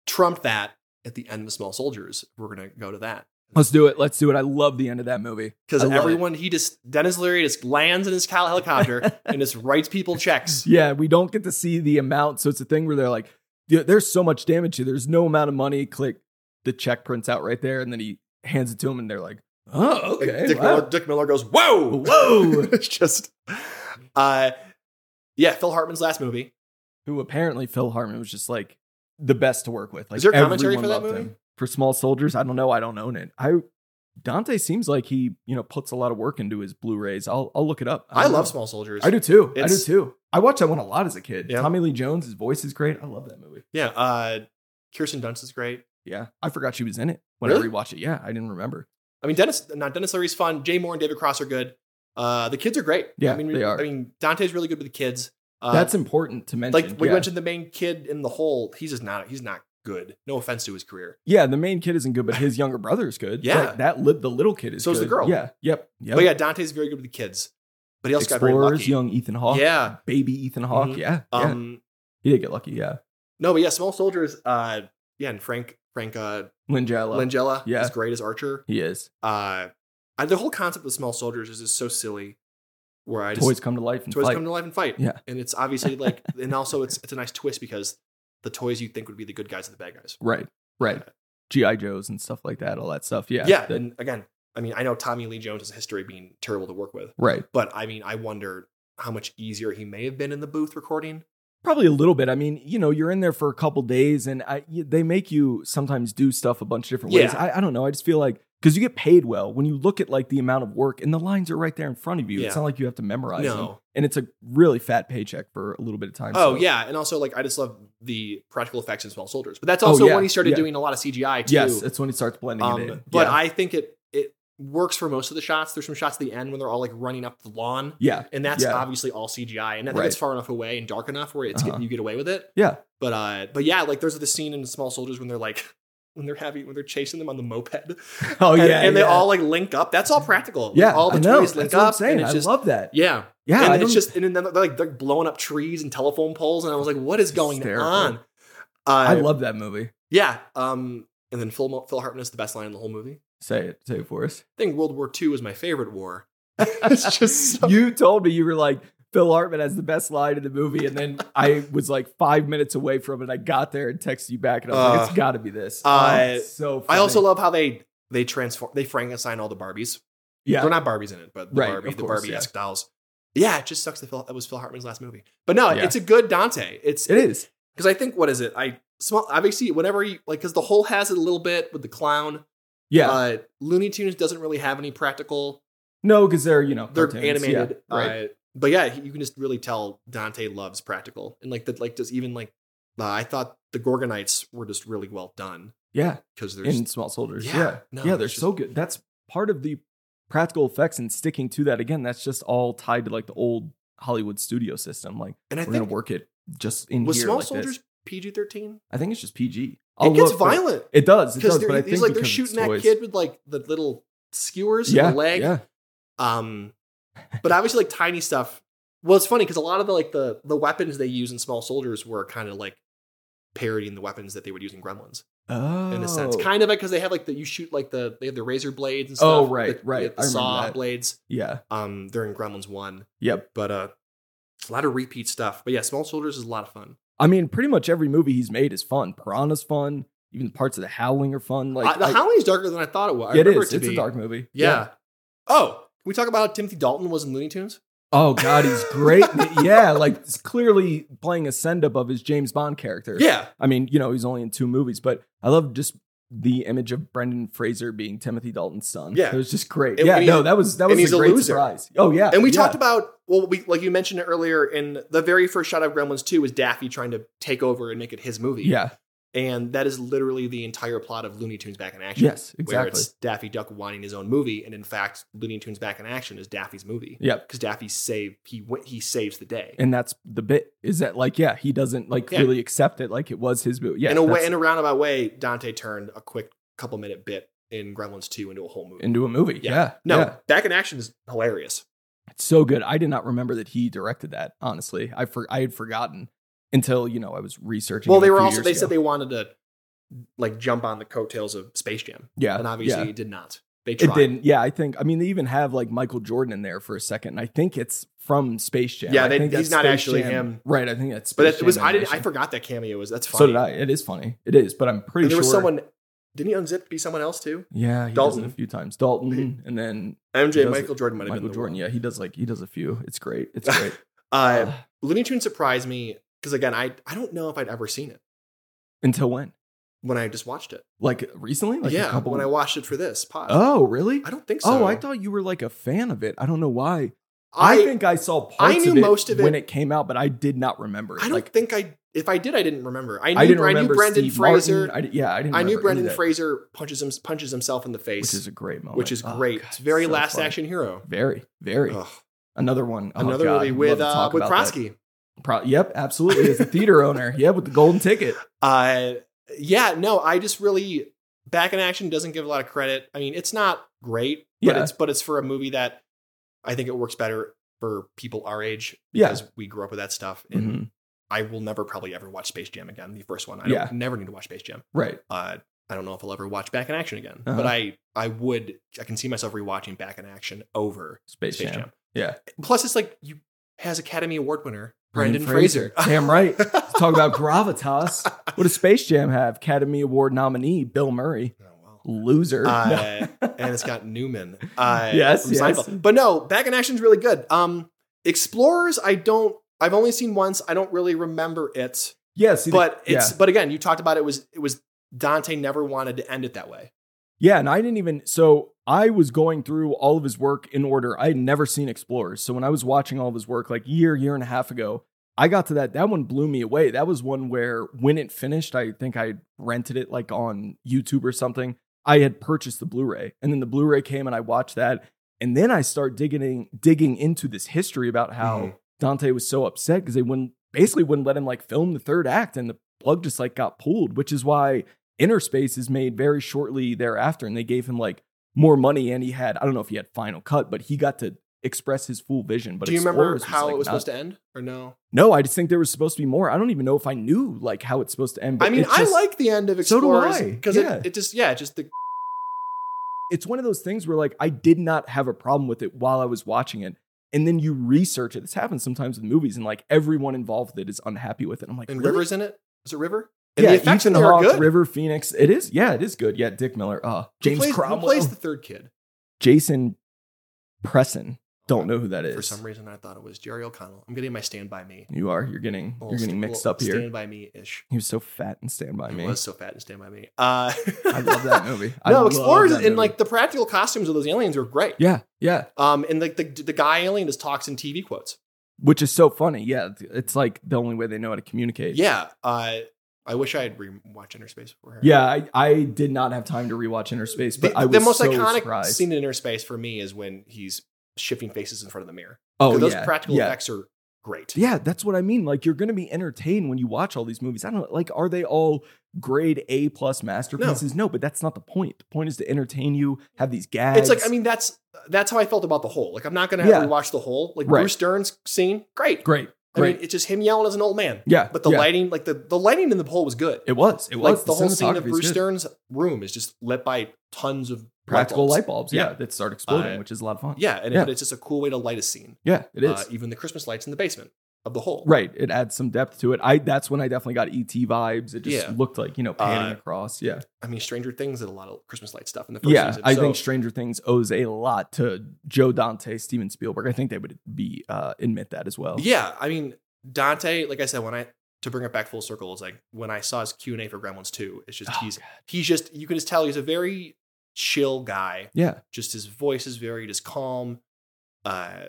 trumped that at the end of Small Soldiers. We're gonna go to that. Let's do it. Let's do it. I love the end of that movie Because I love it. everyone, he just Dennis Leary just lands in his Cal helicopter and just writes people checks. Yeah, we don't get to see the amount, so it's a thing where they're like, "There- "There's so much damage here. There's no amount of money." Click. The check prints out right there, and then he hands it to him, and they're like, "Oh, Like, okay." Dick, wow." Miller, Dick Miller goes, "Whoa, Whoa. it's just, uh, yeah. Phil Hartman's last movie. Who apparently Phil Hartman was just like the best to work with. Like, Is there commentary everyone for that loved movie? him. For Small Soldiers, I don't know. I don't own it. I Dante seems like he you know puts a lot of work into his Blu-rays. I'll I'll look it up. I, don't love know. Small Soldiers. Mm-hmm. I do too. I do It's- too. I watched that one a lot as a kid. Yeah. Tommy Lee Jones, his voice is great. I love that movie. Yeah. Uh, Kirsten Dunst is great. Yeah, I forgot she was in it when I Really? rewatched it. Yeah, I didn't remember. I mean, Dennis, not Dennis Leary's fun. Jay Moore and David Cross are good. Uh, the kids are great. Yeah, I mean, they are. I mean, Dante's really good with the kids. Uh, That's important to mention. like we yeah. mentioned the main kid in the hole. He's just not. He's not good. No offense to his career. Yeah, the main kid isn't good, but his younger brother is good. Yeah. that, that li- the little kid is. So is the good. girl. Yeah, yep, yep. But yeah, Dante's very good with the kids. But he also got very Explorers, lucky. young Ethan Hawke. Yeah. baby Ethan Hawke. Mhm. Yeah, yeah. Um, he did get lucky. Yeah, No, but yeah, Small Soldiers. Uh, yeah, and Frank Frank uh, Lin Jala. Langella Yeah. is great as Archer. he is. Uh, and the whole concept of Small Soldiers is just so silly. Where I just Toys come to life and toys fight. come to life and fight. Yeah. and it's obviously like, and also it's it's a nice twist because the toys you think would be the good guys are the bad guys. Uh, right, right. GI Joes and stuff like that. All that stuff. Yeah, Yeah, that- and again, I mean, I know Tommy Lee Jones has a history of being terrible to work with, right. but I mean, I wonder how much easier he may have been in the booth recording. Probably a little bit. I mean, you know, you're in there for a couple days, and I, y- they make you sometimes do stuff a bunch of different ways. Yeah. I, I don't know. I just feel like because you get paid well when you look at like the amount of work and the lines are right there in front of you. It's Yeah. not like you have to memorize them, No, and it's a really fat paycheck for a little bit of time. Oh so- yeah, and also like I just love the practical effects in Small Soldiers, but that's Oh, also yeah, when he started yeah. doing a lot of CGI too. yes, that's when it starts blending it in. um, but yeah. I think it it works for most of the shots. There's some shots at the end when they're all like running up the lawn, yeah, and that's Yeah. obviously all CGI. And I think Right. it's far enough away and dark enough where it's Uh-huh. you get away with it. Yeah. but uh, but yeah, like there's the scene in Small Soldiers when they're like. When they're having, when they're chasing them on the moped, oh and, yeah, and they yeah. all like link up. That's all practical. Like, yeah, all the I know. toys link That's what I'm up, saying. and it's just I love that. yeah, Yeah, I and don't- it's just and then they're like they're blowing up trees and telephone poles, and I was like, what is going Hysterical. on? Uh, I love that movie. yeah. Um, and then Phil Mo- Phil Hartman is the best line in the whole movie. Say it, say it for us. I think World War II was my favorite war. it's just so- you told me you were like Phil Hartman has the best line in the movie, and then I was like five minutes away from it. I got there and texted you back, and I was like, Uh, "It's got to be this." Oh, I- it's so I funny. also love how they they transform they Frankenstein all the Barbies. yeah, They're not Barbies in it, but the Right, Barbie of the course, Barbie esque dolls. Yeah, it just sucks that Phil, that was Phil Hartman's last movie. But no, Yeah. it's a good Dante. It's it is. because I think what is it? I small obviously whenever you like because the whole has it a little bit with the clown. Yeah, Uh, Looney Tunes doesn't really have any practical. no, because they're you know They're cartoons. animated, Yeah, right? uh, but yeah, you can just really tell Dante loves practical and like that. Like does even like uh, I thought the Gorgonites were just really well done yeah, because there's in Small Soldiers. Yeah, Yeah, yeah, no, they're it's just- so good. That's part of the practical effects and sticking to that again. That's just all tied to like the old Hollywood studio system. Like and I we're gonna think work it just in was here Small like this. Soldiers PG thirteen? I think it's just PG. I'll It gets look, but- violent It does. It because does. they're, But I he's think like they're because it's shooting that toys- kid with like the little skewers in Yeah, the leg. yeah, Um, but obviously like tiny stuff. Well, it's funny because a lot of the like the the weapons they use in Small Soldiers were kind of like parodying the weapons that they would use in Gremlins. oh. in a sense, kind of because they have like the you shoot like the they have the razor blades and Oh, stuff. right, the, right. The, I remember saw that. blades. Yeah. Um, they're in Gremlins one, Yep. but uh, a lot of repeat stuff. But yeah, Small Soldiers is a lot of fun. I mean, pretty much every movie he's made is fun. Piranha's fun. Even parts of The Howling are fun. Like I, the I- Howling is darker than I thought it was. I it remember is. It to it's be. a dark movie. Yeah. Oh, can we talk about how Timothy Dalton was in Looney Tunes? Oh God, he's great. yeah, like it's clearly playing a send up of his James Bond character. Yeah. I mean, you know, he's only in two movies, but I love just the image of Brendan Fraser being Timothy Dalton's son. Yeah. it was just great. And- yeah, and no, he's- that was that and was he's a a great loser. surprise. Oh yeah, And we yeah. talked about well, we like you mentioned it earlier in the very first shot of Gremlins 2 was Daffy trying to take over and make it his movie. yeah, And that is literally the entire plot of Looney Tunes Back in Action. yes, Where exactly. it's Daffy Duck wanting his own movie, and in fact, Looney Tunes Back in Action is Daffy's movie Yep, because Daffy save he wi- he saves the day. and that's the bit is that like yeah, he doesn't like Yeah. really accept it like it was his movie. Yeah, in a way, that's in a roundabout way, Dante turned a quick couple minute bit in Gremlins 2 into a whole movie. into a movie. Yeah, Yeah. no, yeah. Back in Action is hilarious. It's so good. I did not remember that he directed that. Honestly, I for I had forgotten until you know I was researching. Well, it a they were few also years they ago. said they wanted to like jump on the coattails of Space Jam, yeah, and obviously yeah. it did not. They tried. It didn't. Yeah, I think. I mean, they even have like Michael Jordan in there for a second. And I think it's from Space Jam. Yeah, I they- think he's that's not Space actually Jam. him. Right. I think that's. But Space it was Jam I did I animation. forgot that cameo was that's funny. So did I. It is funny. It is. But I'm pretty And there sure was someone. Didn't he unzip to be someone else too? Yeah, he does it Dalton. a few times. Dalton and then MJ does Michael Jordan might have Michael been the Jordan. one. Yeah, he does like he does a few. It's great. It's great. Uh, Uh, Looney Tunes surprised me because again, I I don't know if I'd ever seen it until when? when I just watched it. Like recently? Like yeah, A couple. when I watched it for this pod. oh, really? I don't think so. Oh, I thought you were like a fan of it. I don't know why. I, I, think I saw parts knew of it most of it- when it came out, but I did not remember it. I don't like, think I. If I did, I didn't remember. I knew I I, didn't knew remember Brendan Steve Fraser. Martin. I, yeah, I didn't. I, remember knew any Brendan of that. Fraser punches him punches himself in the face, which is a great moment, Oh, great. God, it's very so Last funny. Action Hero. Very, very. Ugh. Another one. Oh, Another God, movie I'd with uh, love to with talk about that. Brodsky. Pro- yep, absolutely. As a theater owner, yep, with the golden ticket. Uh, yeah, no, I just really back in action doesn't give a lot of credit. I mean, it's not great, Yeah. but it's but it's for a movie that I think it works better for people our age Yeah. because we grew up with that stuff. And Mhm. I will never probably ever watch Space Jam again. The first one, I don't, Yeah. never need to watch Space Jam. Right. Uh, I don't know if I'll ever watch Back in Action again, Uh-huh. but I I would I can see myself rewatching Back in Action over Space, Space Jam. Jam. Yeah. Plus, it's like you has Academy Award winner Brendan Fraser. Oh, Damn right. Talk about gravitas. What does Space Jam have? Academy Award nominee Bill Murray. Oh, well. Loser. Uh, and it's got Newman. Uh, Yes, from yes. Seinfeld. But no, Back in Action's really good. Um, Explorers, I don't. I've only seen once. I don't really remember it. yeah, see, the- But it's. yeah. But again, you talked about it was. It was Dante never wanted to end it that way. Yeah, and I didn't even so I was going through all of his work in order. I had never seen Explorers. So when I was watching all of his work like year, year and a half ago, I got to that. That one blew me away. That was one where when it finished, I think I rented it like on YouTube or something. I had purchased the Blu-ray. And then the Blu-ray came and I watched that. And then I start digging in- digging into this history about how Mhm. Dante was so upset because they wouldn't basically wouldn't let him like film the third act and the plug just like got pulled, which is why Inner Space is made very shortly thereafter, and they gave him like more money, and he had I don't know if he had Final Cut, but he got to express his full vision. But Do you remember Explorers how it was like, supposed to end, or no? not- No, I just think there was supposed to be more. I don't even know if I knew like how it's supposed to end. But I mean, it's just- I like the end of So do Explorers I. because Yeah. it, it just yeah, just the it's one of those things where like I did not have a problem with it while I was watching it. And then you research it. This happens sometimes with movies, and like everyone involved with it is unhappy with it. I'm like, and really? rivers in it. Is it River? And yeah, the effects in Ethan there are Hawke, good. River Phoenix. It is, yeah, it is good. Yeah, Dick Miller, uh, Who James plays- Cromwell, Who plays the third kid? Jason Presson. Don't know who that is. For some reason, I thought it was Jerry O'Connell. I'm getting my Stand By Me. You are. You're getting. Little You're getting st- mixed little up here. Stand by me ish. He was so fat in Stand by He Me. was so fat in Stand by Me. Uh, I love that movie. I no, love Explorers that and movie. like the practical costumes of those aliens were great. Yeah, yeah. Um, and like the, the guy alien just talks in TV quotes. Which is so funny. Yeah, it's like the only way they know how to communicate. Yeah. Uh, I wish I had rewatched Inner Space before. Yeah, I, I did not have time to rewatch Inner Space, The, but I was the most so iconic surprised. scene in Inner Space for me is when he's shifting faces in front of the mirror. oh, those yeah, practical yeah. effects are great. Yeah, that's what I mean. Like you're going to be entertained when you watch all these movies. I don't like are they all grade A plus masterpieces? No. but that's not the point. The point is to entertain you, have these gags. It's like I mean that's that's how I felt about the whole. Like I'm not gonna have Yeah. to rewatch the whole. Like Right. Bruce Stern's scene, great. great, I great. mean, it's just him yelling as an old man. yeah, But the yeah. lighting, like the, the lighting in the poll was good. it was, it was like the, whole scene of cinematography is Bruce good. Stern's room is just lit by tons of practical light. light bulbs, yeah, Yeah. that start exploding, Uh, which is a lot of fun. bulbs. Yeah, Uh, and Yeah. It, but it's just a cool way to light a scene. yeah, it is. Uh, even the Christmas lights in the basement. of the whole. Right. It adds some depth to it. I that's when I definitely got ET vibes. It just Yeah. looked like, you know, panning Uh, across. Yeah. I mean, Stranger Things did a lot of Christmas light stuff in the first Yeah. season. I so- think Stranger Things owes a lot to Joe Dante, Steven Spielberg. I think they would be uh admit that as well. Yeah, I mean Dante, like I said, when I to bring it back full circle, is like when I saw his Q and A for Gremlins Two. It's just Oh, he's he's just you can just tell he's a very chill guy. Yeah. Just his voice is very just calm. Uh,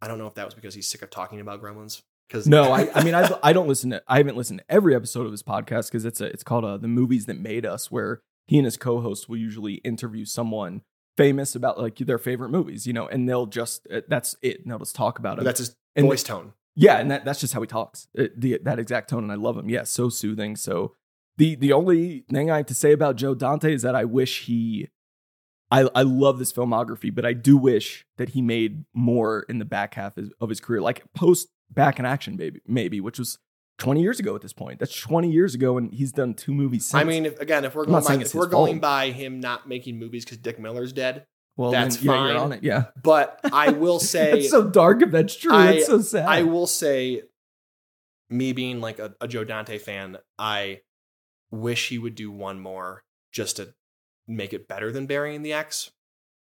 I don't know if that was because he's sick of talking about Gremlins. Because No, I, I mean I I don't listen to I haven't listened to every episode of his podcast because it's a it's called uh, the movies that made us where he and his co-host will usually interview someone famous about like their favorite movies, you know, and they'll just uh, that's it. And they'll just talk about but it. that's his And- voice tone. Yeah, and that, that's just how he talks. It- the, that exact tone, and I love him. Yeah, so soothing. So the the only thing I have to say about Joe Dante is that I wish he, I I love this filmography, but I do wish that he made more in the back half of, of his career, like post Back in Action, baby, maybe, which was twenty years ago at this point. That's twenty years ago, and he's done two movies since. I mean, if, again, if we're I'm not going by, saying it's if we're his fault. going by him not making movies because Dick Miller's dead, well, that's then, Yeah, you're fine. on it. Yeah, but I will say it's so dark if that's true. I- it's so sad. I will say, me being like a, a Joe Dante fan, I wish he would do one more just to make it better than burying the X.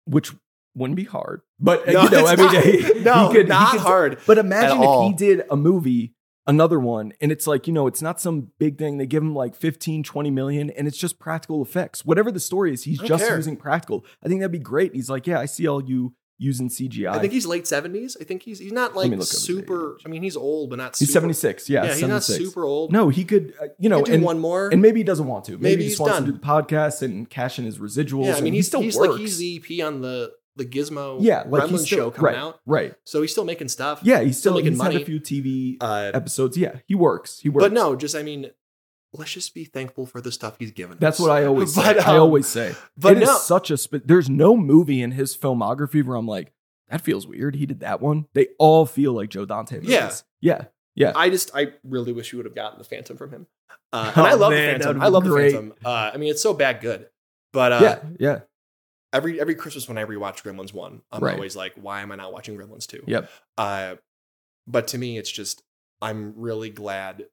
which wouldn't be hard, but uh, No, you know, I it's mean, not- he- he no, could- he not could- hard. But imagine if all. he did a movie, another one, and it's like, you know, it's not some big thing. They give him like 15, 20 million, and it's just practical effects. Whatever the story is, he's I don't just care. using practical. I think that'd be great. He's like, yeah, I see all you using CGI. I think he's late seventies. I think he's he's not Let me like look over the super. age. I mean, he's old, but not. he's super, 76. Yeah, Yeah, he's not 76. super old. No, he could, uh, you he know, could do and, one more. and maybe he doesn't want to. Maybe, Maybe he just he's wants done. to do the podcast and cash in his residuals. yeah, I and mean, he he's still he's works. like he's the EP on the the Gizmo yeah, like Gremlin he's still, show coming right, out, Right. so he's still making stuff. Yeah, he's still, Still making he's had a money. few TV uh, episodes. Yeah, he works. He works. but no, just I mean, let's just be thankful for the stuff he's given. That's us. what I always say. But, I um, always say. But But it is no, such a sp- there's no movie in his filmography where I'm like, that feels weird. He did that one. They all feel like Joe Dante movies. Yeah. Yeah. I just I really wish you would have gotten the Phantom from him. Uh, Oh, and I love man, the that'd Phantom. be I love great. the Phantom. Uh, I mean, it's so bad good. But uh, yeah. Yeah. every every Christmas when I rewatch Gremlins one, I'm Right. always like, why am I not watching Gremlins two? Yep. Uh, but to me, it's just I'm really glad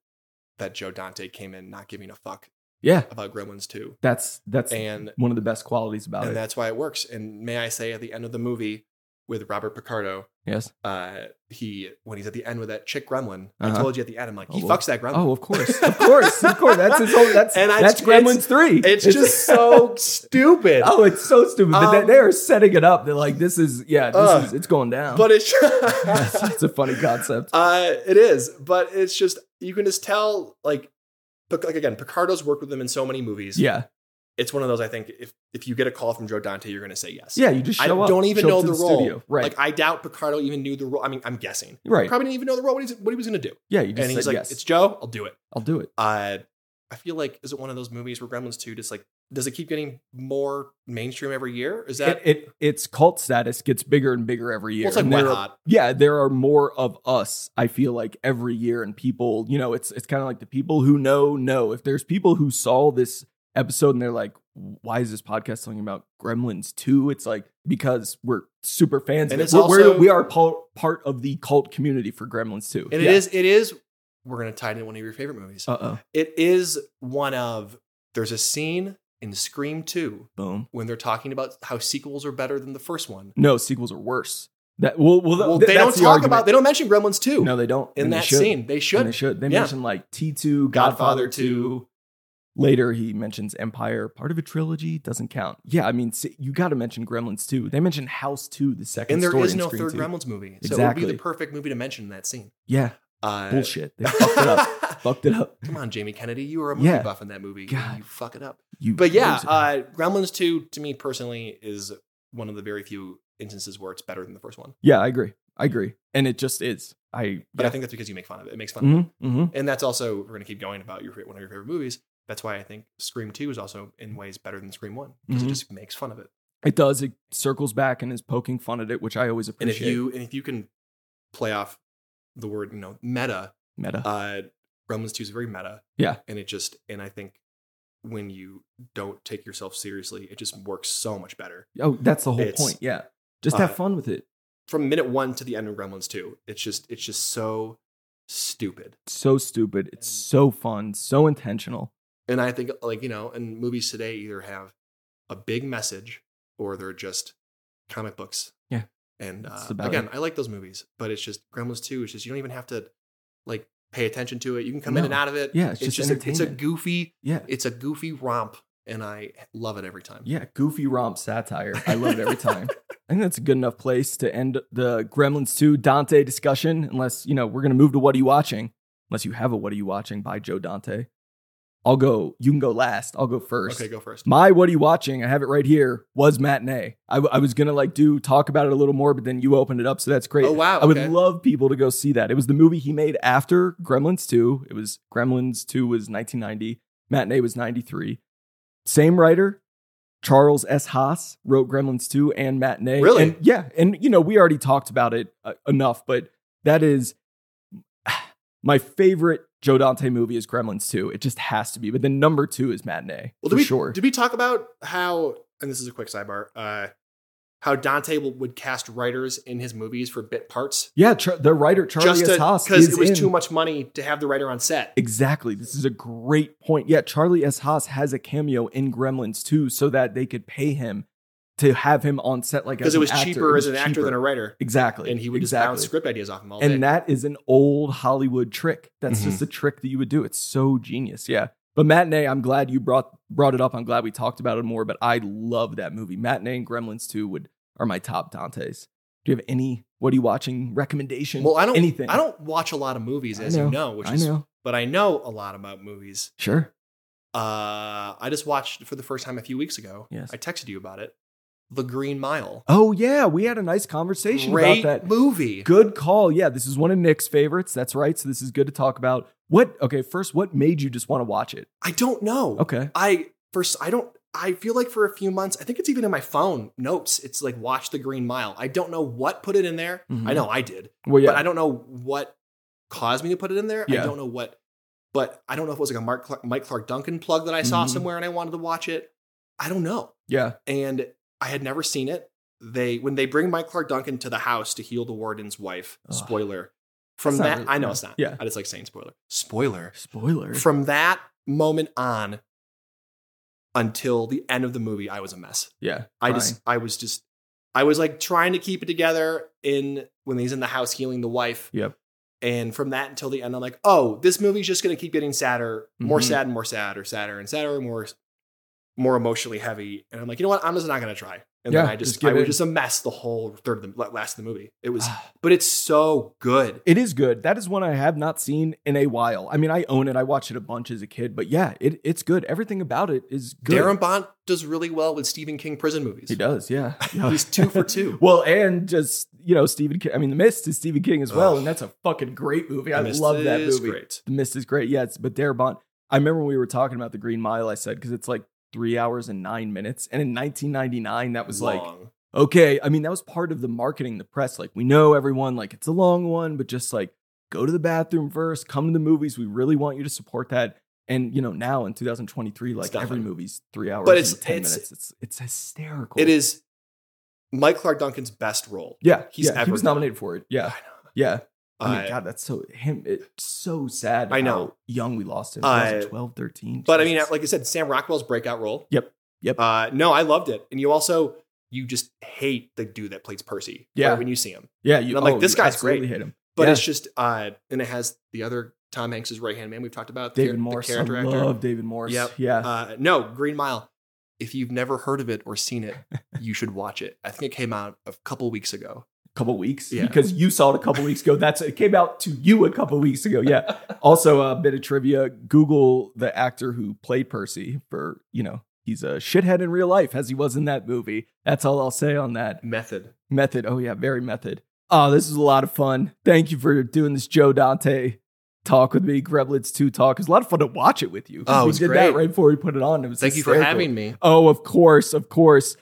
that Joe Dante came in not giving a fuck Yeah. about Gremlins two, That's that's and one of the best qualities about and it. that's why it works. And may I say, at the end of the movie with Robert Picardo, yes. uh, he when he's at the end with that chick Gremlin, Uh-huh. I told you at the end, I'm like, Oh, he Lord. fucks that Gremlin. Oh, of course. Of course. Of course. That's his own that's And I- that's it's- Gremlins 3. It's just so stupid. Oh, it's so stupid. But they, Um, they are setting it up. They're like, this is yeah, this Ugh. is it's going down. But it's it's a funny concept. uh, it is, but it's just you can just tell like Pic- like again, Picardo's worked with him in so many movies. Yeah. It's one of those I think if if you get a call from Joe Dante, you're gonna say yes. Yeah, you just I show up. don't even show up know to the role. Studio. Right. Like I doubt Picardo even knew the role. I mean, I'm guessing. right. Probably didn't even know the role what, he's, what he was gonna do. Yeah, you just and said he's like, yes. It's Joe, I'll do it. I'll do it. Uh I feel like is it one of those movies where Gremlins 2 just like does it keep getting more mainstream every year? Is that it, it its cult status gets bigger and bigger every year. well, it's like And wet there are- hot. yeah, there are more of us. I feel like every year, and people, you know, it's it's kind of like the people who know know. If there's people who saw this episode and they're like, "Why is this podcast talking about Gremlins 2? It's like because we're super fans. of And it. it's we're, we're- also- we are pol- part of the cult community for Gremlins 2. And it is it is we're gonna tie it into one of your favorite movies. Uh oh. It is one of there's a scene in Scream 2 Boom. when they're talking about how sequels are better than the first one. No, sequels are worse. That well, well, th- Well, th- they don't that's the talk argument. about they don't mention Gremlins 2 No, they don't. in And they that should. scene. They should. And they should. They Yeah. mentioned like T2, Godfather, Godfather 2. Later, he mentions Empire, part of a trilogy, doesn't count. Yeah, I mean, see, you got to mention Gremlins 2. They mentioned House 2, the second and there story is in no Scream third 2. Gremlins movie. So it would Exactly. be the perfect movie to mention in that scene. Yeah, Uh, bullshit. They fucked it up. Fucked it up. Come on, Jamie Kennedy. You were a movie Yeah. buff in that movie. and God. You fuck it up. You But yeah, loser. uh, Gremlins 2 to me personally is one of the very few instances where it's better than the first one. yeah, I agree. I agree. And it just is. I, But I think that's because you make fun of it. It makes fun of it. Mhm, mhm. and that's also we're going to keep going about your one of your favorite movies. That's why I think Scream Two is also in ways better than Scream One because Mhm. it just makes fun of it. it does. It circles back and is poking fun at it, which I always And if appreciate. you and if you can play off the word you know meta, Meta. uh, Gremlins Two is very meta. Yeah. and it just and I think when you don't take yourself seriously, it just works so much better. oh, that's the whole it's, point. Yeah. Just uh, have fun with it. From minute one to the end of Gremlins Two, it's just it's just so stupid. So stupid. It's so fun. So intentional. And I think like, you know, and movies today either have a big message or they're just comic books. Yeah. And That's uh, about again, it. I like those movies, but it's just Gremlins 2 is just you don't even have to like pay attention to it. You can come in No. and out of it. Yeah, it's just a, it's a entertainment. goofy Yeah. it's a goofy romp and I love it every time. Yeah. Goofy romp satire. I love it every time. I think that's a good enough place to end the Gremlins 2 Dante discussion, unless, you know, we're going to move to What Are You Watching? Unless you have a What Are You Watching by Joe Dante. I'll go, you can go last. I'll go first. Okay, go first. My What Are You Watching? I have it right here. Was matinee. I, w- I was going to like do talk about it a little more, but then you opened it up. So that's great. Oh, wow, I would okay. love people to go see that. It was the movie he made after Gremlins 2. It was Gremlins 2 was 1990. Matinee was 93. Same writer, Charles S. Haas wrote Gremlins 2 and Matinee. Really? And, yeah. And, you know, we already talked about it uh, enough, but that is my favorite Joe Dante movie is Gremlins 2. It just has to be. But then number two is Matinee. Well, for did we sure. did we talk about how? And this is a quick sidebar. Uh, how Dante will, would cast writers in his movies for bit parts yeah, Char- the writer Charlie S. Haas because is it was in. too much money to have the writer on set. Exactly. This is a great point. Yeah, Charlie S. Haas has a cameo in Gremlins 2 so that they could pay him to have him on set like Because as it an was actor. cheaper It was as an actor than cheaper. a writer, Exactly. and he would exactly. just bounce script ideas off him all day. And that is an old Hollywood trick. That's Mhm. just a trick that you would do. It's so genius. Yeah. But Matinee, I'm glad you brought brought it up. I'm glad we talked about it more. But I love that movie. Matinee and Gremlins 2 would are my top Dantes. Do you have any what are you watching recommendation? well, I don't. anything. I don't watch a lot of movies, I as know. you know. Which I is, know. but I know a lot about movies. Sure. Uh, I just watched for the first time a few weeks ago. Yes. I texted you about it. The Green Mile. Oh yeah, we had a nice conversation Great about that. movie. Good call. Yeah, this is one of Nick's favorites. That's right. So this is good to talk about. What? Okay, first, what made you just want to watch it? I don't know. Okay. I first I don't I feel like for a few months, I think it's even in my phone notes. It's like watch the green mile. I don't know what put it in there. Mhm. I know I did. Well, yeah. But I don't know what caused me to put it in there. Yeah. I don't know what but I don't know if it was like a Mark Clark, Mike Clark Duncan plug that I saw Mhm. somewhere and I wanted to watch it. I don't know. yeah. And I had never seen it. They when they bring Mike Clark Duncan to the house to heal the warden's wife, Ugh. spoiler. From That's not that really- I know no. it's not. Yeah. I just like saying spoiler. Spoiler Spoiler. from that moment on until the end of the movie i was a mess yeah. i just i was just i was like trying to keep it together in when he's in the house healing the wife Yep. and from that until the end i'm like oh this movie's just going to keep getting sadder more Mhm. sad and more sad or sadder and sadder and more more emotionally heavy and i'm like you know what i'm just not going to try and then Yeah, i just, just give i was in. Ah. just a mess the whole third of the last of the movie it was Fine. but it's so good It is good. That is one I have not seen in a while. I mean, I own it. I watched it a bunch as a kid, but yeah, it, it's good. Everything about it is good. darren bont does really well with stephen king prison movies he does. Yeah. Yeah. he's two for two Well, and just you know, Stephen. King, I mean, The Mist is Stephen King as well, Ugh. and that's a fucking great movie. The I Mist love that is movie. Great. The Mist is great. Yeah, it's, but Darabont. I remember when we were talking about the Green Mile. I said because it's like three hours and nine minutes, and in 1999 that was like Long. okay. I mean, that was part of the marketing, the press. Like we know everyone, like it's a long one, but just like go to the bathroom first, come to the movies. We really want you to support that. And you know, now in 2023, like nothing. every movie's three hours, But but it's- it's ten it's- minutes. It's it's hysterical. it is Mike Clark Duncan's best role. Yeah, He's yeah, ever he was done. nominated for it. Yeah, I yeah. I mean, Uh, Oh God, that's so him. It's so sad. I know. how young we lost him. I- 2012, 13. but I mean, Jesus. like I said, Sam Rockwell's breakout role. Yep. Yep. Uh, no, I loved it, and you also you just hate the dude that plays Percy. Yeah. right when you see him, yeah, you, I'm like, oh, this you guy's absolutely great. Hate him. but Yeah. it's just uh, and it has the other Tom Hanks's right hand man we've talked about, the David char- the Morse. I character actor. love David Morse. Yep. Yeah. Uh, no, Green Mile. If you've never heard of it or seen it, you should watch it. I think it came out a couple weeks ago. couple weeks Yeah. because you saw it a couple weeks ago. That's it came out to you a couple weeks ago. Yeah. also, a bit of trivia: Google the actor who played Percy. For you know, he's a shithead in real life, as he was in that movie. That's all I'll say on that. Method. Method. Oh yeah, very method. Oh, this is a lot of fun. Thank you for doing this, Joe Dante. Talk with me, Greblitz Two Talk. It's a lot of fun to watch it with you. 'cause Oh, it we was did great. that right before we put it on. It was Thank you for hysterical. having me. Oh, of course, of course.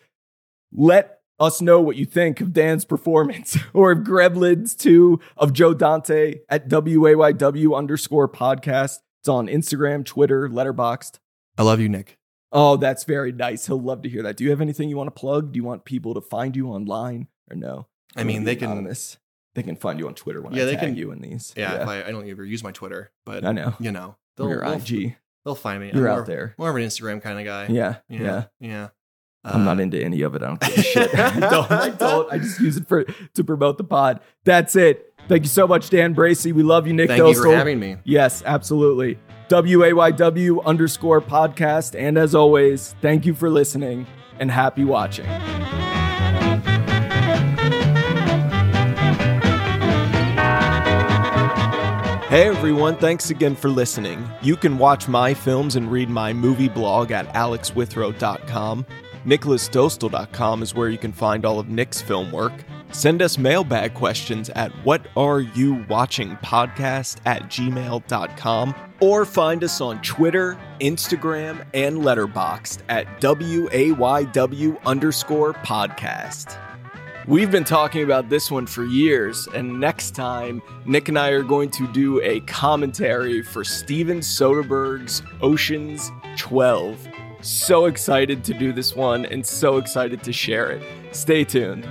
Let us know what you think of Dan's performance or of Greblins 2 of Joe Dante at WAYW underscore podcast. It's on Instagram, Twitter, Letterboxd. I love you, Nick. Oh, that's very nice. He'll love to hear that. Do you have anything you want to plug? Do you want people to find you online or no? I mean, Wanna they be can anonymous? They can find you on Twitter when Yeah, I they tag can- you in these. Yeah, if I, I don't ever use my Twitter, but I know. you know, they'll, Your they'll, IG, they'll find me. I'm you're more, out there. More of an Instagram kind of guy. Yeah, yeah. yeah, Uh, yeah. I'm not into any of it. I don't give a shit. I don't. I don't. I just use it for to promote the pod. That's it. Thank you so much, Dan Bracey. We love you, Nick Thank you for Dostal. having me. Yes, absolutely. WAYW underscore podcast. And as always, thank you for listening and happy watching. Hey everyone, thanks again for listening. You can watch my films and read my movie blog at alexwithrow.com. NicholasDostel.com is where you can find all of Nick's film work. Send us mailbag questions at whatareyouwatchingpodcast at gmail.com or find us on Twitter, Instagram, and Letterboxd at WAYW underscore podcast. We've been talking about this one for years, and next time, Nick and I are going to do a commentary for Steven Soderbergh's Oceans 12. So excited to do this one and so excited to share it. Stay tuned. Oh,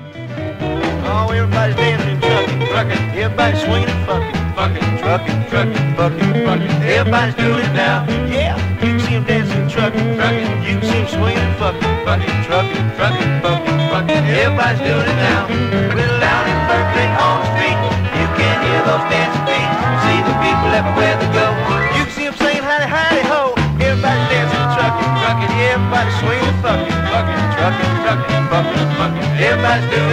everybody's dancing, trucking, trucking. Everybody's swinging and fucking, fucking, trucking, trucking, fucking, fucking. Everybody's doing it now. Yeah, you can see 'em dancing, trucking, trucking. You can see 'em swinging and fucking, fucking, trucking, trucking, fucking, fucking. Everybody's doing it now. We're loud and perfect on the street. You can hear those dancing feet. See the people everywhere they go. You can see 'em saying, howdy, howdy, ho. Everybody's dancing, trucking, trucking. Everybody's swinging, fucking, fucking, trucking, trucking, fucking, fucking. Everybody's doing it.